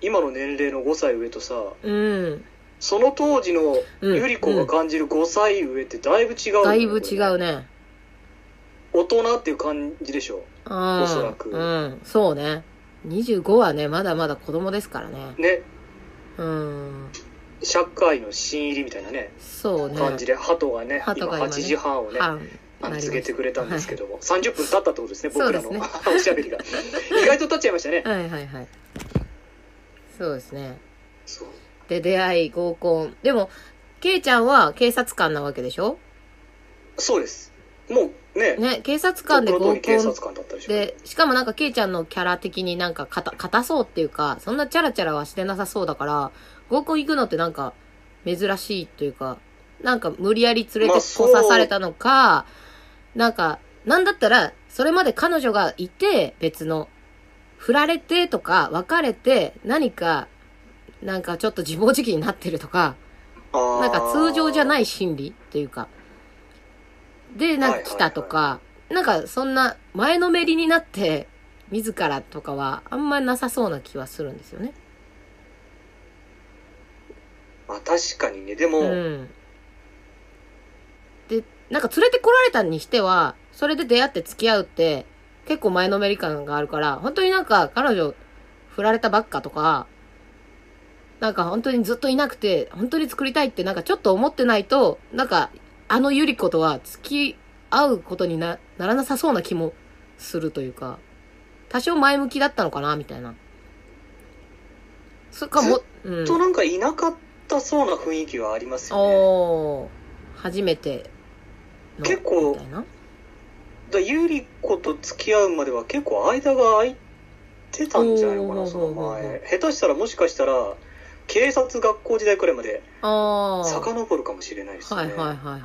S4: 今の年齢の5歳上とさ
S3: うん。
S4: その当時の
S3: うん
S4: ゆり子が感じる5歳上ってだいぶ違うよね、
S3: だいぶ違う
S4: ね
S3: ね。
S4: 大人っていう感じでしょ
S3: うん。
S4: おそらく
S3: うん。そうね。25はね、まだまだ子供ですからね。
S4: ね
S3: うん。
S4: 社会の新入りみたいなね
S3: そうね。
S4: 感じで鳩がね
S3: 鳩
S4: 今
S3: が今ね
S4: 8時半をね
S3: 半
S4: あ
S3: なりました
S4: の告げてくれたんですけども、30分経ったってことですね
S3: そうで
S4: 僕ら
S3: す
S4: の、
S3: ね
S4: おしゃべ りが意外と経っちゃいましたね
S3: はいはいはいはい。そうですね。
S4: そう
S3: で、出会い、合コン。でも、ケイちゃんは警察官なわけでしょ
S4: そうですもうね、
S3: ね、警察官で
S4: この
S3: 合
S4: 通り警察
S3: コ
S4: 官だったでし
S3: ン
S4: ょ。
S3: で、しかもなんか、ケイちゃんのキャラ的になんかかた、硬そうっていうか、そんなチャラチャラはしてなさそうだから、合コン行くのってなんか、珍しいというか、なんか無理やり連れて
S4: まあ
S3: こ
S4: そう
S3: さされたのか、なんか、なんだったら、それまで彼女がいて、別の、振られてとか、別れて、何か、なんかちょっと自暴自棄になってるとか、
S4: あ。
S3: なんか通常じゃないい心理というか。で、なん
S4: は
S3: か
S4: いはいはい
S3: 来たとか、なんかそんな前のめりになって、自らとかはあんまなさそうな気はするんですよね。
S4: まあ確かにね、でも、
S3: うん。で、なんか連れてこられたにしては、それで出会って付き合うって、結構前のめり感があるから、本当になんか彼女振られたばっかとか、なんか本当にずっといなくて、本当に作りたいってなんかちょっと思ってないと、なんかあのゆり子とは付き合うことになならなさそうな気もするというか、多少前向きだったのかな、みたいな。そっかも、うん。
S4: となんかいなかったそうな雰囲気はありますよね。
S3: おー初めての
S4: 結構
S3: みたいな
S4: だゆり子と付き合うまでは結構間が空いてたんじゃないのか
S3: お
S4: な、
S3: ー
S4: その
S3: ほうほう
S4: 前。下手したらもしかしたら、警察学校時代くらいまで
S3: ああ
S4: 遡るかもしれないですね。
S3: はいはいはいはいはい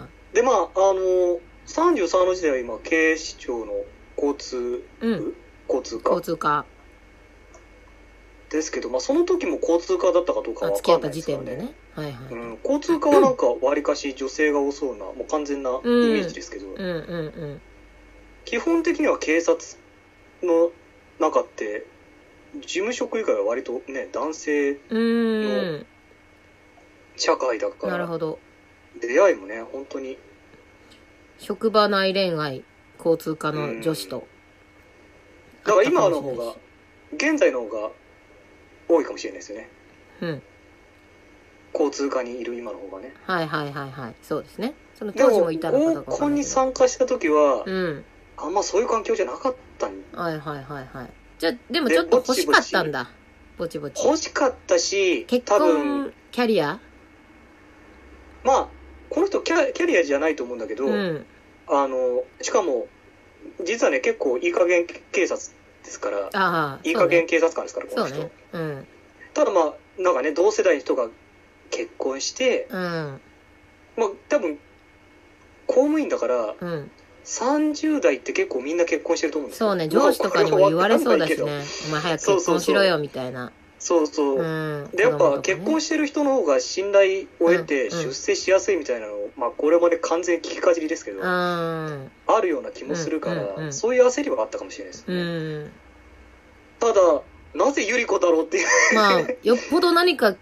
S3: はい
S4: で、まあ、あの、33の時代は今、警視庁の交通、
S3: うん
S4: 交通課
S3: 交通課
S4: ですけど、まあ、その時も交通課だったかどうか
S3: が
S4: は
S3: 付
S4: 分
S3: き合
S4: か
S3: っ
S4: んな
S3: た
S4: いで
S3: 時
S4: すか
S3: 点で。ねはい
S4: らね
S3: はいううん
S4: ん、交通課はなんか、わりかし女性が多そうな、もう完全なイメージですけど、
S3: うんうん
S4: 基本的には警察の中って、事務職以外は割とね、男性
S3: うーん
S4: 社会だか
S3: なる
S4: ら、
S3: ほど
S4: 出会いもね、本当に、
S3: 職場内恋愛交通課の女子と
S4: だから今の
S3: あっ
S4: 方
S3: たかも
S4: が、現在の方が多いかもしれないですよね。
S3: しれないし
S4: 交通課にいる今の方がね。
S3: うんはいはいはいはいそうですねその
S4: で
S3: 当時
S4: も、
S3: もいたのかど
S4: 合
S3: うかわ
S4: コ
S3: かん
S4: ン
S3: ない
S4: に
S3: けど
S4: 参加した時は、
S3: うん
S4: あんまそういう環境じゃなかったん
S3: はいはいはいはいじゃあでもちょっと
S4: でぼ
S3: 欲
S4: ち
S3: し
S4: ぼち
S3: かったんだぼちぼち
S4: 欲しかったし、
S3: 結
S4: 多分、
S3: 婚キャリア
S4: まあ、この人キャキャリアじゃないと思うんだけど、
S3: うん
S4: あの、しかも、実はね、結構いい加減警察ですから、
S3: ああ
S4: いい加減警察官ですから、こ
S3: そ
S4: の
S3: うね
S4: 人。
S3: そうねうん
S4: ただまあ、なんかね、同世代の人が結婚して、
S3: うん
S4: まあ、多分、公務員だから、
S3: うん
S4: 30代って結構みんな結婚してると思うんですよ
S3: そうね上司とかにも言われそうだし。
S4: まあこはわかんないけ
S3: ね
S4: ど
S3: お前早く
S4: そう
S3: 結
S4: そうそう
S3: 婚しろよみたいな
S4: そうそう。
S3: うん
S4: でやっ
S3: 子供
S4: ぱ
S3: とかね
S4: 結婚してる人の方が信頼を得
S3: う
S4: て
S3: んうん
S4: 出世しやすいみたいなのを、まあこれまで完全に聞きかじりですけど、あ
S3: うん
S4: るような気もするから、
S3: うんうんうん
S4: そういう焦りはあったかもしれないです
S3: う
S4: ね。
S3: ん
S4: ただ、なぜゆり子だろうっていう、
S3: まあよっぽど何か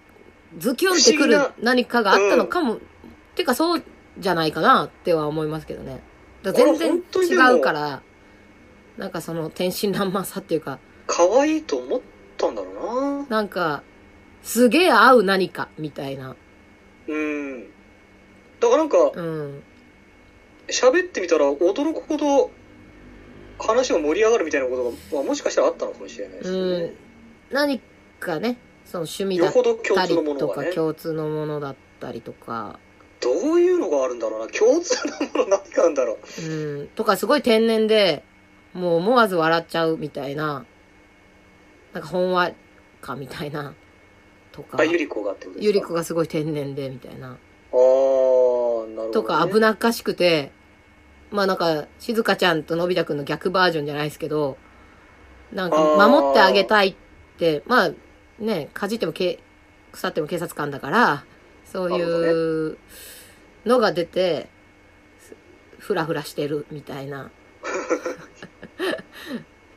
S3: ズキュンってく
S4: 不思
S3: る
S4: 議
S3: 何かがあったのかも、てかそうじゃないかなっては思いますけどねだから
S4: これ
S3: 全
S4: 本当にで
S3: 然
S4: も
S3: 違うからなんかその天真爛漫さっていうか
S4: 可愛いと思ったんだろうな。
S3: なんかすげえ合う何かみたいな
S4: うん。だからなんか、
S3: うん
S4: 喋ってみたら驚くほど話が盛り上がるみたいなことが、まあ、もしかしたらあったのかもしれないです
S3: う
S4: ね
S3: ん。、何かねその趣味だ
S4: よ
S3: っ
S4: ほど
S3: た
S4: 共通
S3: り
S4: のもの
S3: と
S4: が
S3: か
S4: ね。
S3: 共通のものだったりとか、
S4: どういうのがあるんだろうな。共通のもの何かあるんだろう。
S3: うん、とかすごい天然で、もう思わず笑っちゃうみたいな、なんかほんわかみたいな、とか
S4: あ、、ゆり子がってことですか
S3: ゆり子がすごい天然でみたいな、
S4: あー、なるほど、ね。
S3: とか危
S4: な
S3: なっかしくて、まあなんか、静香ちゃんとのび太くんの逆バージョンじゃないですけど、なんか
S4: あー
S3: 守ってあげたいって、まあね、かじってもけ、腐っても警察官だから、そういうのが出て、ふらふらしてるみたい な。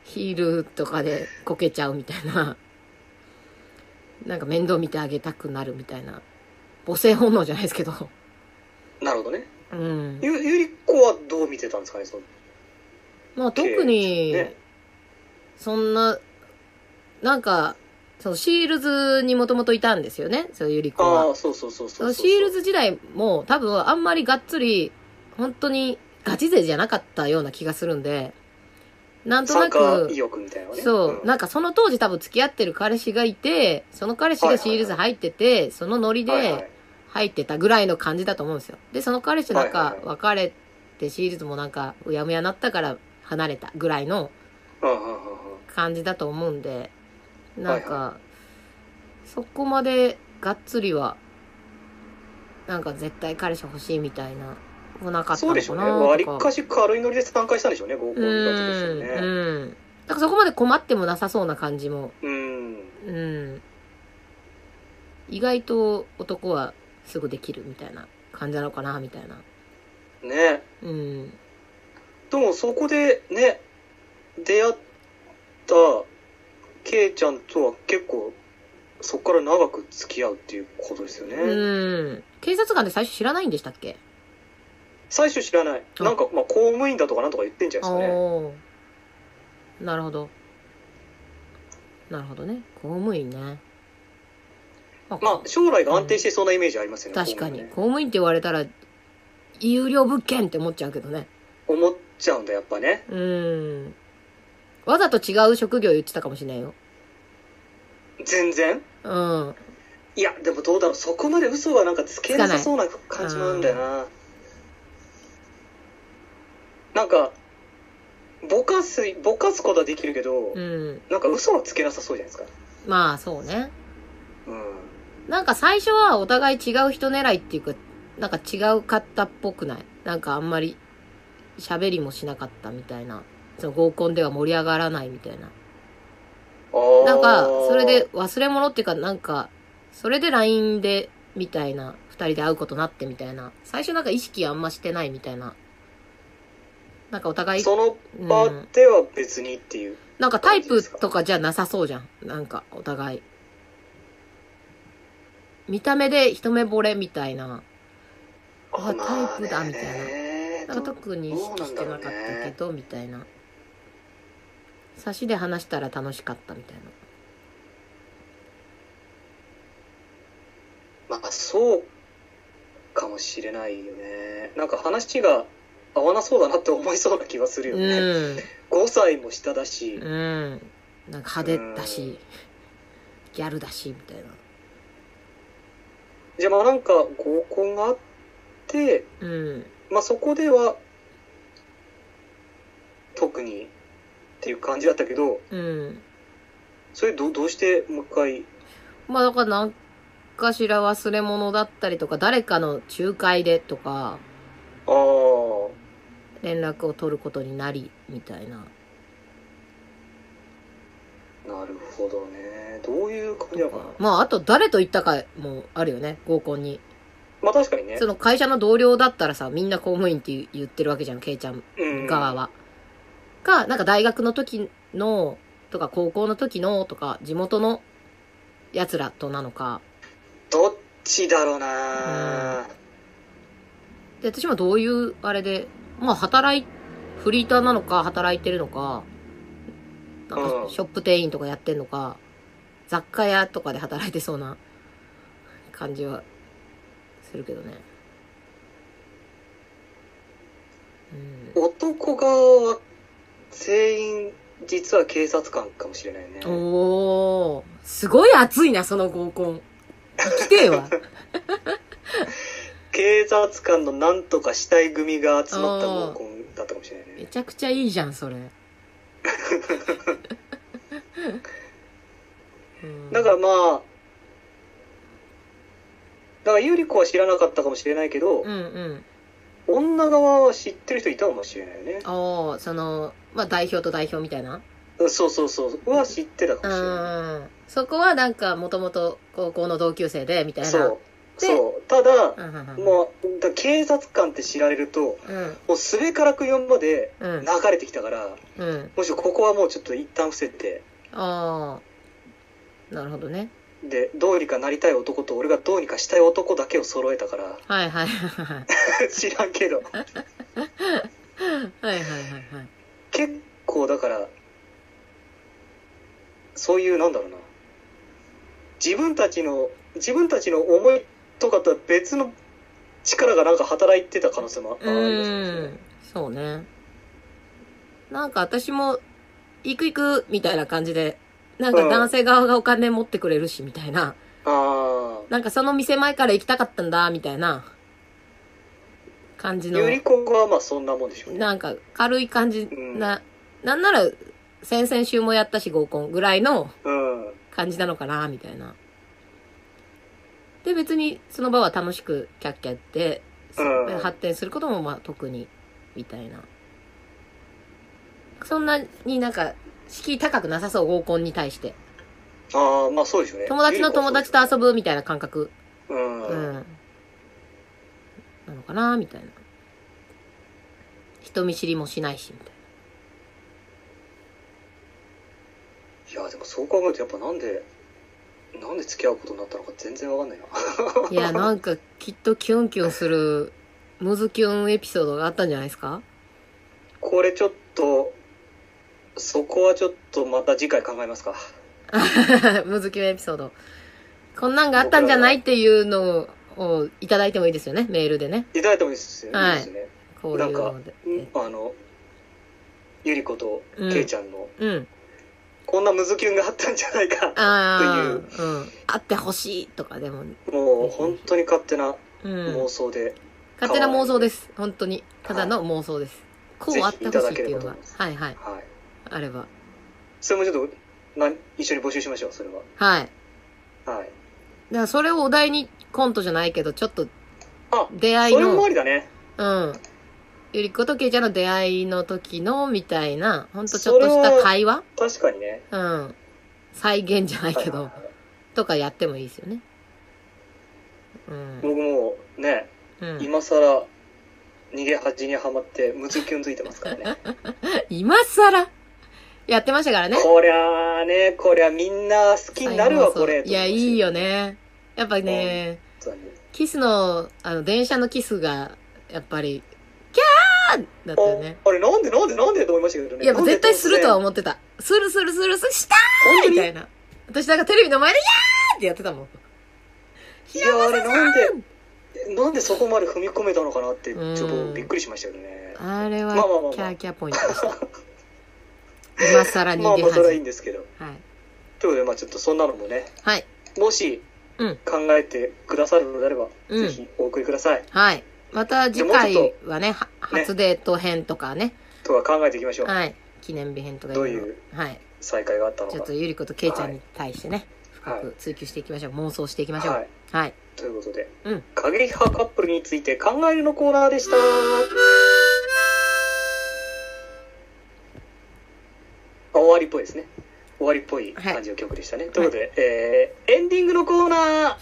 S3: ヒールとかでこけちゃうみたいな。なんか面倒見てあげたくなるみたいな。母性本能じゃないですけど。
S4: なるほどね。
S3: うん。
S4: ゆ、ゆり子はどう見てたんですかね、その。
S3: まあ特に
S4: ね、
S3: そんな、なんか、そのシールズにもともといたんですよね、そういうゆり子は
S4: あ。あ、そうそうそう
S3: そ
S4: そう
S3: の
S4: そう。
S3: シールズ時代も多分あんまりがっつり、本当にガチ勢じゃなかったような気がするんで、なんと
S4: 参
S3: な
S4: 加
S3: く
S4: 意、欲みたいなのね。
S3: そう、
S4: ん
S3: なんかその当時多分付き合ってる彼氏がいて、その彼氏がシールズ入ってて、そのノリ
S4: はいはい
S3: で入ってたぐらいの感じだと思うんですよ。で、その彼氏なん
S4: はい
S3: か
S4: はい
S3: 別れってシリーズもなんかうやむやなったから離れたぐらいの
S4: うんうんうんうん
S3: 感じだと思うんでなんか、
S4: は
S3: そこまでがっつりはなんか絶対彼氏欲しいみたいなもなかった
S4: そう
S3: の
S4: でしょ
S3: か
S4: う
S3: な
S4: ね。割
S3: と
S4: かし軽いノリで参加したんでしょうね、合コン
S3: う
S4: だったでしょ
S3: ん
S4: うね。
S3: うんだからそこまで困ってもなさそうな感じも
S4: うん。
S3: うん意外と男はすぐできるみたいな感じなのかなみたいな
S4: ね。
S3: うん
S4: でもそこでね、出会ったケイちゃんとは結構、そこから長く付き合うっていうことですよね。
S3: うん警察官って最初知らないんでしたっけ
S4: 最初知らない。
S3: うん
S4: なんか、まあ、公務員だとかなんとか言ってんじゃないですかね。
S3: おーなるほどなるほどね公務員ねまあ
S4: まあ、将来が安定してそうなイメージありますよね。
S3: 確かに
S4: 公務員ね
S3: 公務員って言われたら有料物件って思っちゃうけどね
S4: 思っちゃうんだ、やっぱね。
S3: うんわざと違う職業言ってたかもしれないよ
S4: 全然。
S3: うん
S4: いや、でもどうだろう。そこまで嘘はなんかつけなさそうな感じもあるんだよな。なんか、ぼかす、ぼかすことはできるけど、
S3: うん
S4: なんか嘘はつけなさそうじゃないですか。
S3: まあそうね
S4: うん。
S3: なんか最初はお互い違う人狙いっていうか、なんか違う方っぽくないなんかあんまり喋りもしなかったみたいな。その合コンでは盛り上がらないみたいな。
S4: あー
S3: なんか、それで、忘れ物っていうかなんか、それで LINE で、みたいな、二人で会うことになってみたいな。最初なんか意識あんましてないみたいな。なんかお互い、
S4: その
S3: う
S4: 場
S3: ん。
S4: では別にっていう。
S3: なんかタイプとかじゃなさそうじゃん。なんかお互い。見た目で一目惚れみたいな。あタイプだみたいなな
S4: な
S3: んか特に意識してなかったけど、みたいな。差しで話したら楽しかったみたいな。
S4: まあそうかもしれないよね。なんか話が合わなそうだなって思いそうな気がするよね。5歳も下だし、
S3: うん。うん。なんか派手だし、ギャルだし、みたいな。
S4: じゃあまあなんか合コンがあって、
S3: うん。
S4: まあそこでは特にっていう感じだったけど、
S3: うん。
S4: それどどうしてもう一回、
S3: まあだから何かしら忘れ物だったりとか、誰かの仲介でとか、
S4: ああ、
S3: 連絡を取ることになり、みたいな。
S4: なるほどね。どういう感じなのかな。
S3: まああと誰と行ったかもあるよね、合コンに。
S4: まあ確かにね
S3: そ。の会社の同僚だったらさ、みんな公務員って言ってるわけじゃん、ケイちゃん
S4: うん
S3: 側は。か、なんか大学の時の、とか高校の時の、とか地元の奴らとなのか。
S4: どっちだろうな、
S3: で、私もどういうあれで、まあ働い、フリーターなのか、働いてるのか、なん
S4: う
S3: か
S4: ん
S3: ショップ店員とかやってんのか、雑貨屋とかで働いてそうな感じはするけどね。うん。
S4: 男側は全員実は警察官かもしれないね。
S3: おおすごい熱いな、その合コン。行きてえ わ。
S4: 警察官のなんとか死体組が集まった合コンだったかもしれない
S3: め
S4: ね。
S3: ちゃくちゃいいじゃん、それ。うん
S4: だからまあ、だからゆり子は知らなかったかもしれないけど、
S3: うんうん。
S4: 女側は知ってる人いたかもしれないよね。
S3: おおその、まあ、代表と代表みたいな。
S4: そうそうそう。は知ってたか
S3: う
S4: もしれない。
S3: ん。そこはなんか、もともと高校の同級生で、みたいな。
S4: そう。
S3: で
S4: そう。ただ、
S3: うん。うんうん
S4: もう、だから警察官って知られると、
S3: うん。
S4: もうすべからく4まで
S3: うん
S4: 流。れてきたから、
S3: うん。
S4: むしろここはもうちょっと一旦伏せて、
S3: ああ。なるほどね。
S4: で、どうにかなりたい男と俺がどうにかしたい男だけを揃えたから、
S3: はいはいはいはい。
S4: 知らんけど。
S3: はいはいはいはい。
S4: 結構だから、そういう、なんだろうな。自分たちの、自分たちの思いとかとは別の力がなんか働いてた可能性もああ
S3: う
S4: りますよ
S3: ー
S4: ね
S3: ん。そうね。なんか私も、行く行く、みたいな感じで、なんか男性側がお金持ってくれるし、みたいな。
S4: ああ。
S3: なんかその店前から行きたかったんだ、みたいな。感じの
S4: ゆりこはまあそんなもんでしょうね。
S3: なんか軽い感じな、なんなら先々週もやったし合コンぐらいの
S4: うん。
S3: 感じなのかなみたいな。で別にその場は楽しくキャッキャやって、
S4: うん
S3: 発展することもまあ特にみたいな。そんなになんか敷居高くなさそう合コンに対して。
S4: ああ、まあそうですよね。
S3: 友達の友達と遊ぶみたいな感覚。
S4: ぶ。うん。
S3: うん。なのかなみたいな。人見知りもしないしみたいな。
S4: いや、でもそう考えるとやっぱなんで、なんで付き合うことになったのか全然わかんない な。
S3: いや、なんかきっとキュンキュンする、ムズキュンエピソードがあったんじゃないですか
S4: これちょっと、そこはちょっとまた次回考えますか。
S3: ムズキュンエピソード。こんなんがあったんじゃないっていうのをいただいてもいいですよね、メールでね。
S4: いただいてもいいですよね。
S3: はい
S4: いですね
S3: こういうので。
S4: うんあの、ゆりことけいちゃんの、
S3: うん。
S4: こんなムズキュンがあったんじゃないか。
S3: あ
S4: っ
S3: あ、うん。あってほしいとかでも、
S4: もう本当に勝手な
S3: うん
S4: 妄。想で、
S3: 勝手な妄想です。本当に。ただの妄想です。こうあってほしいっていうのが
S4: ぜひいただければと思いま。す
S3: はいはい。
S4: はい。
S3: あれば。
S4: それもちょっと、な一緒に募集しましょう、それは。
S3: はい。
S4: は
S3: だ
S4: い。
S3: からそれをお題にコントじゃないけど、ちょっと
S4: あ、
S3: 出会い
S4: それ
S3: の。
S4: もありだね。
S3: うん。ゆりことけいちゃんの出会いの時の、みたいな、ほんとちょっとした会話
S4: 確かにね。
S3: うん。再現じゃないけ
S4: はい
S3: ど
S4: はい、はい
S3: とかやってもいいですよね。うん。
S4: 僕もうね、
S3: うん、
S4: 今更、逃げ恥にはまって、ムズキュンついてますから ね。
S3: 今更やってましたからね。
S4: こりゃあね、こりゃみんな好きになるわ、
S3: 再放送
S4: これ。
S3: いや、いいよ。ね。やっぱね、
S4: 本当に
S3: キスの、あの、電車のキスが、やっぱり、キャーだったよね。
S4: ああれ、なんでなんでなんでと思いましたけどね。
S3: いや、絶対するとは
S4: う。
S3: 思ってた。するするするする、した
S4: 本当
S3: み
S4: に
S3: たいな。私なんかテレビの前で、やーってやってたもん。
S4: いや、あれ、なんで、なんでそこまで踏み込めたのかなって、ちょっとびっくりしましたけどね。
S3: あれ
S4: まあまあまあま
S3: は
S4: あ
S3: キャーキャーポイントでした。今更
S4: ま
S3: 逃
S4: あ
S3: げ
S4: まあ、それはいい
S3: 恥。
S4: んですけど。
S3: はい。
S4: ということで、まあちょっとそんなのもね、
S3: はい。
S4: もし
S3: うん
S4: 考えてくださるのであれば、
S3: うん
S4: ぜひお送りください。
S3: はい。また次回はね、は
S4: ね
S3: 初デート編とかね。
S4: とは考えていきましょう。
S3: はい。記念日編とか
S4: どう
S3: ろろ
S4: いう
S3: はい。
S4: 再会があったの
S3: ち
S4: か。
S3: ょっとゆり子とけいちゃんに対してね、
S4: は
S3: 深く追求していきましょう。妄想していきましょ
S4: は
S3: う。
S4: い。
S3: はい。
S4: ということで、
S3: うん
S4: 過激派カップルについて考えるのコーナーでした。終わりっぽいですね。終わりっぽい感じの曲でしたね。ということで、えー、エンディングのコーナー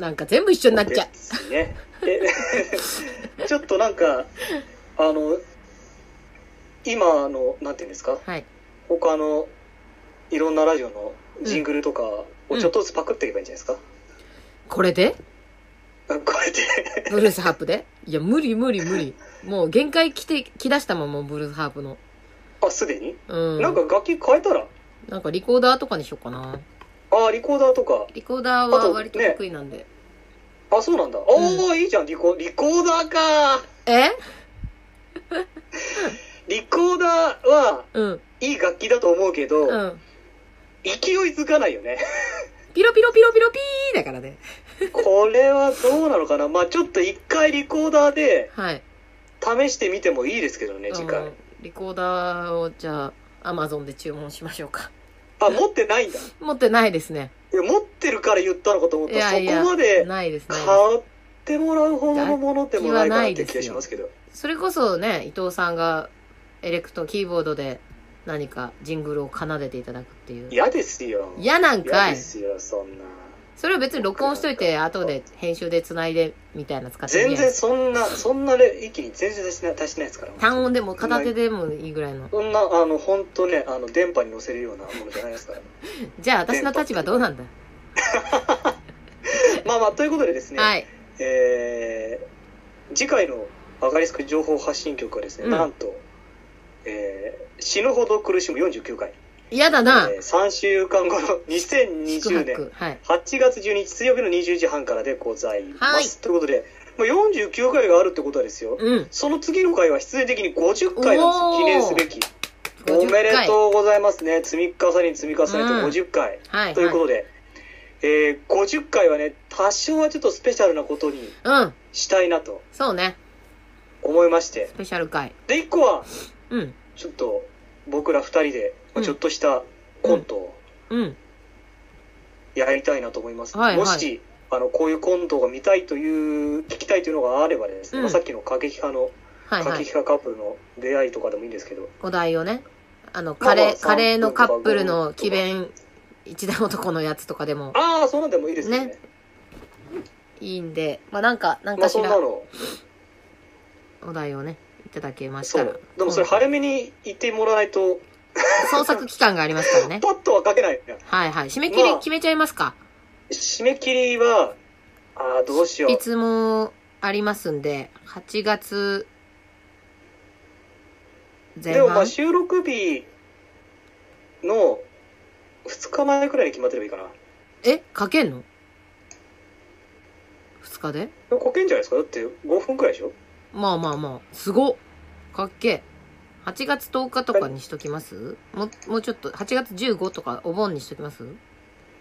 S3: なんか全部一緒になっちゃう
S4: で。すね。え ちょっとなんか、あの、今の、なんていうんですか、
S3: はい。
S4: 他のいろんなラジオのジングルとか
S3: う
S4: を
S3: ん
S4: ちょっとずつパクっていけばいいんじゃないですか。
S3: これで
S4: こうやって。
S3: ブルースハープでいや、無理無理無理。もう限界来て、来だしたもん、もうブルースハープの。
S4: あ、すでに、
S3: うん。
S4: なんか楽器変えたら、
S3: なんかリコーダーとかにしようかな。
S4: あ、リコーダーとか。
S3: リコーダー
S4: あ
S3: は
S4: と
S3: 割と
S4: ね
S3: 得意なんで。
S4: あ、そうなんだ。おー、いいじゃん、リコ、リコーダーか。
S3: え
S4: リコーダーは、
S3: うん。
S4: いい楽器だと思うけ
S3: う
S4: ど、
S3: ん。
S4: 勢いづかないよね。
S3: ピロピロピロピロピーだからね。
S4: これはどうなのかなまあちょっと一回リコーダーで、
S3: はい。
S4: 試してみてもいいですけどね、次
S3: う
S4: 回
S3: ん。リコーダーを、じゃあ、アマゾンで注文しましょうか。
S4: あ、持ってないんだ。
S3: 持ってないですね。
S4: いや持ってるから言ったのかと思っ
S3: い
S4: たら、
S3: や
S4: そ
S3: いや、
S4: こまで
S3: ないですね。
S4: 買ってもらうほどのものでもないかなって気がしますけど。
S3: それこそね、伊藤さんが、エレクトキーボードで何かジングルを奏でていただくっていう。
S4: 嫌ですよ。
S3: 嫌なん
S4: 嫌
S3: か
S4: で
S3: い。
S4: すよ、そんな。
S3: それは別に録音しといて、後で編集で繋いで、みたいな使ってもいい
S4: 全
S3: やん
S4: 然そんな、そんなれ域に全然足しない足してないですから。
S3: 単音でも片手でもいいぐらいの。
S4: そんな、あの、本当ね、あの、電波に乗せるようなものじゃないですから。
S3: じゃあ、私の立場どうなんだ
S4: まあまあ、ということでですね、
S3: はい。
S4: えー、次回のアガリスク情報発信局はですね、
S3: うん
S4: なんと、えー、死ぬほど苦しむ49回、
S3: 嫌だな。
S4: えー、3週間後の
S3: 宿
S4: 2020年
S3: 泊。はい。
S4: 8月12日水曜日の20時半からでございます。
S3: はい
S4: ということで、まあ、49回があるってことはですよ、
S3: うん。
S4: その次の回は必然的に50回なんですよ、
S3: おー
S4: 記念すべき。お
S3: 50
S4: めで
S3: 回
S4: とうございますね。積み重ねに積み重ねて50回。
S3: はい。
S4: ということで、えー50回はね、多少はちょっとスペシャルなことに
S3: うん。
S4: したいなと
S3: そうね。
S4: 思いまして
S3: ス。ペシャル回。
S4: で、1個は、
S3: うん。
S4: ちょっと僕ら2人で、
S3: う
S4: まあ
S3: ん
S4: ちょっとしたコントを
S3: うん。
S4: やりたいなと思います。
S3: はいはい
S4: もし、あの、こういうコントが見たいという、聞きたいというのがあればですね、
S3: うん
S4: まあさっきの過激派の、
S3: はい
S4: 過
S3: は
S4: 激
S3: い。
S4: 派カップルの出会いとかでもいいんですけど、
S3: お題をね。あの、
S4: ま
S3: カ
S4: あまあ
S3: レー、
S4: 3
S3: カレーのカップルの奇弁、一段男のやつとかでも
S4: ああ、そうなんでもいいですよね。
S3: ねいいんで、まあなんか、なん
S4: ま
S3: か
S4: あ
S3: し
S4: そん
S3: ら
S4: なの、
S3: お題をね、いただけまし
S4: そ
S3: たら
S4: う。。でもそれ
S3: うん
S4: 早めに言ってもらわないと、
S3: 創作期間がありますからね。
S4: パッ とは書けない。
S3: はいはい。締め切り決めちゃいますか。
S4: 締め切りは、ああ、どうしよう
S3: い。つもありますんで、8月前
S4: でもま
S3: 半
S4: あ。収録日の2日前くらいに決まってればいいかな。
S3: え書けんの ?2 日で
S4: こけんじゃないですかだって5分くらいでしょ
S3: まあまあまあ。すごっかっけえ。8月10日とかにしときますもう、もうちょっと、8月15とかお盆にしときます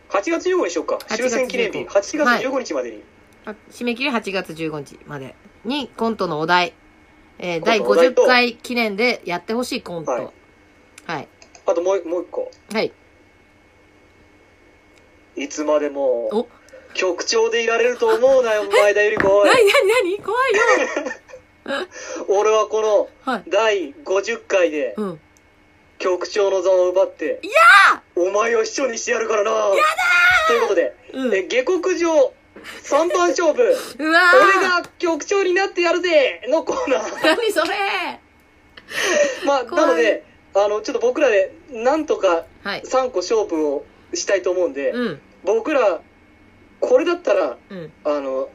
S4: ?8 月15日にしようか。
S3: 8
S4: 終戦記念日。8月15日までに。
S3: あ締め切り8月15日までにコントのお題、えー
S4: コン
S3: 第
S4: トのお題と
S3: 50回記念でやってほしいコント。
S4: は
S3: はいい。はい。
S4: あともうもう一個。いつまでも
S3: お、
S4: 局長でいられると思うなよ、前田ゆり子。おい
S3: なになになに怖いよ。
S4: 俺はこの
S3: はい。
S4: 第50回で
S3: うん。
S4: 局長の座を奪って、いやお前を秘書にしてやるからなやだということで、
S3: うん。
S4: え下克上3番勝負
S3: うわ
S4: 俺が局長になってやるぜのコーナー
S3: ー。なにそれ
S4: まあ、
S3: 怖い
S4: なので、あの、ちょっと僕らで、なんとか
S3: はい。
S4: 3個勝負をしたいと思うんで、
S3: うん。
S4: 僕ら、これだったら、
S3: うん。
S4: あの、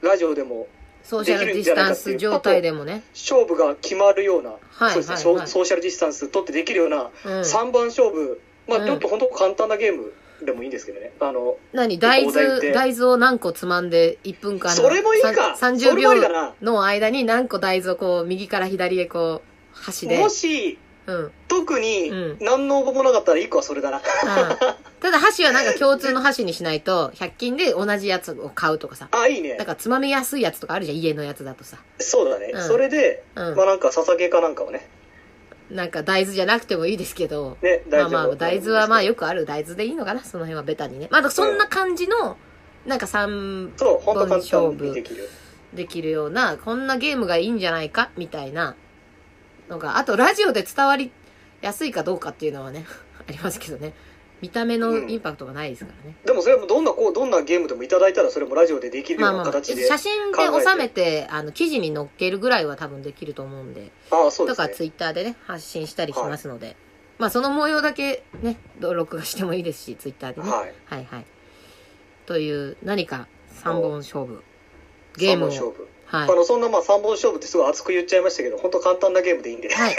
S4: ラジオでも、
S3: ソーシャルディスタンス状態でもね。
S4: 勝負が決まるような、
S3: はい
S4: そうですね、
S3: はい
S4: ソー
S3: はい
S4: ソーシャルディスタンス取ってできるような、
S3: うん。
S4: 3番勝負、まあ、
S3: うん
S4: ちょっと本当簡単なゲームでもいいんですけどね。あの、
S3: 何大
S4: お題っ
S3: 豆、
S4: て
S3: 大豆を何個つまんで1分間の。
S4: それもいいか
S3: さん
S4: そ
S3: 30
S4: れも
S3: 秒
S4: いいかな
S3: の間に何個大豆をこう、右から左へこう、箸で
S4: も。し、
S3: うん。
S4: 特に
S3: うん、
S4: 何の応募もなかったら1個はそれだな。
S3: うん ただ箸はなんか共通の箸にしないと、100均で同じやつを買うとかさ。
S4: あ、いいね
S3: なん。かつまみやすいやつとかあるじゃん、家のやつだとさ。
S4: そうだね。
S3: うん
S4: それで、
S3: うん
S4: まあ、。なんか、捧げかなんかをね、
S3: なんか大豆じゃなくてもいいですけど。
S4: ね、
S3: ま
S4: 大
S3: あ
S4: 豆
S3: ま
S4: を
S3: あ、大豆はまあよくある大豆でいいのかなその辺はベタにね。まあ、だからそんな感じの、なんか3
S4: そう、本当
S3: 本
S4: 簡
S3: 勝
S4: 単に
S3: 負
S4: できる。
S3: できるような、こんなゲームがいいんじゃないかみたいなのが、あとラジオで伝わりやすいかどうかっていうのはね、 ありますけどね。見た目のインパクトがないですからね。
S4: でもそれもどんなこうどんなゲームでもいただいたらそれもラジオでできる
S3: まあ
S4: ような
S3: まあ、
S4: 形で、
S3: 写真で収めて、あの、記事に載っけるぐらいは多分できると思うんで、
S4: ああそうで
S3: と
S4: す
S3: か
S4: ね
S3: ツイッターでね、発信したりしますので、まあその模様だけね、録画してもいいですし、ツイッターでね。
S4: はい
S3: はいはい。という、何か3本勝負。ゲーム
S4: 三本勝
S3: を。
S4: 負、
S3: は
S4: あ
S3: い。
S4: のそんなまあ三本勝負ってすごい熱く言っちゃいましたけど本当簡単なゲームでいいんで、
S3: はい。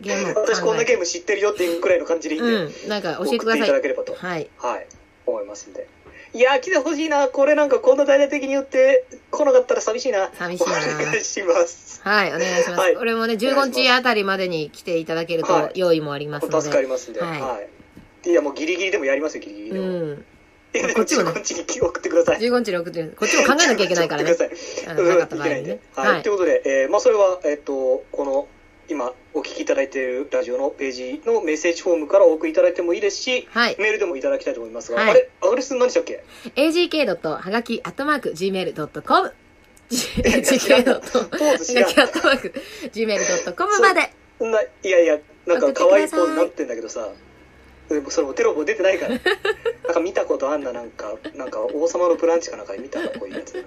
S3: ゲームを考えて。
S4: 私こんなゲーム知ってるよっていうくらいの感じでいいんで、
S3: うん。なんか教え
S4: 送
S3: て
S4: っ
S3: くだ
S4: てい
S3: さ
S4: ただ
S3: い。
S4: ければと
S3: はい。
S4: はい思いますんでいやー来てほしいなこれなんかこんな大々的に言って来なかったら寂しいな
S3: 寂しいな
S4: お願いします
S3: はい、お願いします。
S4: はい
S3: 俺もね、15日あたりまでに来ていただける
S4: は
S3: と
S4: い
S3: 用意もあります
S4: 本
S3: ので。
S4: 当助かりますんでは、
S3: はいい
S4: いやもうギリギリでもやりますよギリギリでも、
S3: うん。
S4: いやで
S3: こ
S4: も
S3: っちもね
S4: こっちに送ってください
S3: 15日6時、こっちも考えなきゃいけないからね
S4: 送。ってください
S3: あの
S4: うん
S3: ないかった場合
S4: けないん
S3: にね
S4: で。はい。
S3: はい
S4: とい。うことで、えーまあ、それは、えっ、と、この、今、お聞きいただいているラジオのページのメッセージフォームからお送りいただいてもいいですし、
S3: はい。
S4: メールでもいただきたいと思いますが、
S3: はい
S4: あれ、アドレス何でしたっけ
S3: agk. はがき、アットマーク、gmail.com。agk. は
S4: ポーズし
S3: が
S4: な
S3: き、アットマーク、gmail.com まで。
S4: ないやいや、なんか可愛いポーズにな
S3: 送
S4: っ
S3: って
S4: んだけどさ、でもそれもテロも出てないから。なんか見たことあんな、なんか、なんか王様のブランチかなんかで見たらこういうやつだな。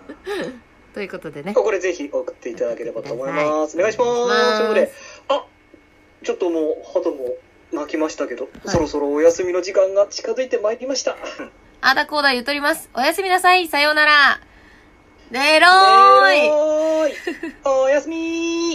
S3: ということでね。
S4: これぜひ送っていただければと思います。お願いします。
S3: お願いします
S4: ということで、あ、ちょっともう鳩も泣きましたけど、
S3: い
S4: そろそろお休みの時間が近づいてまいりました。
S3: あーだこうだ言うとります。おやすみなさい。さようなら。ねえろーい。
S4: おーいおやすみー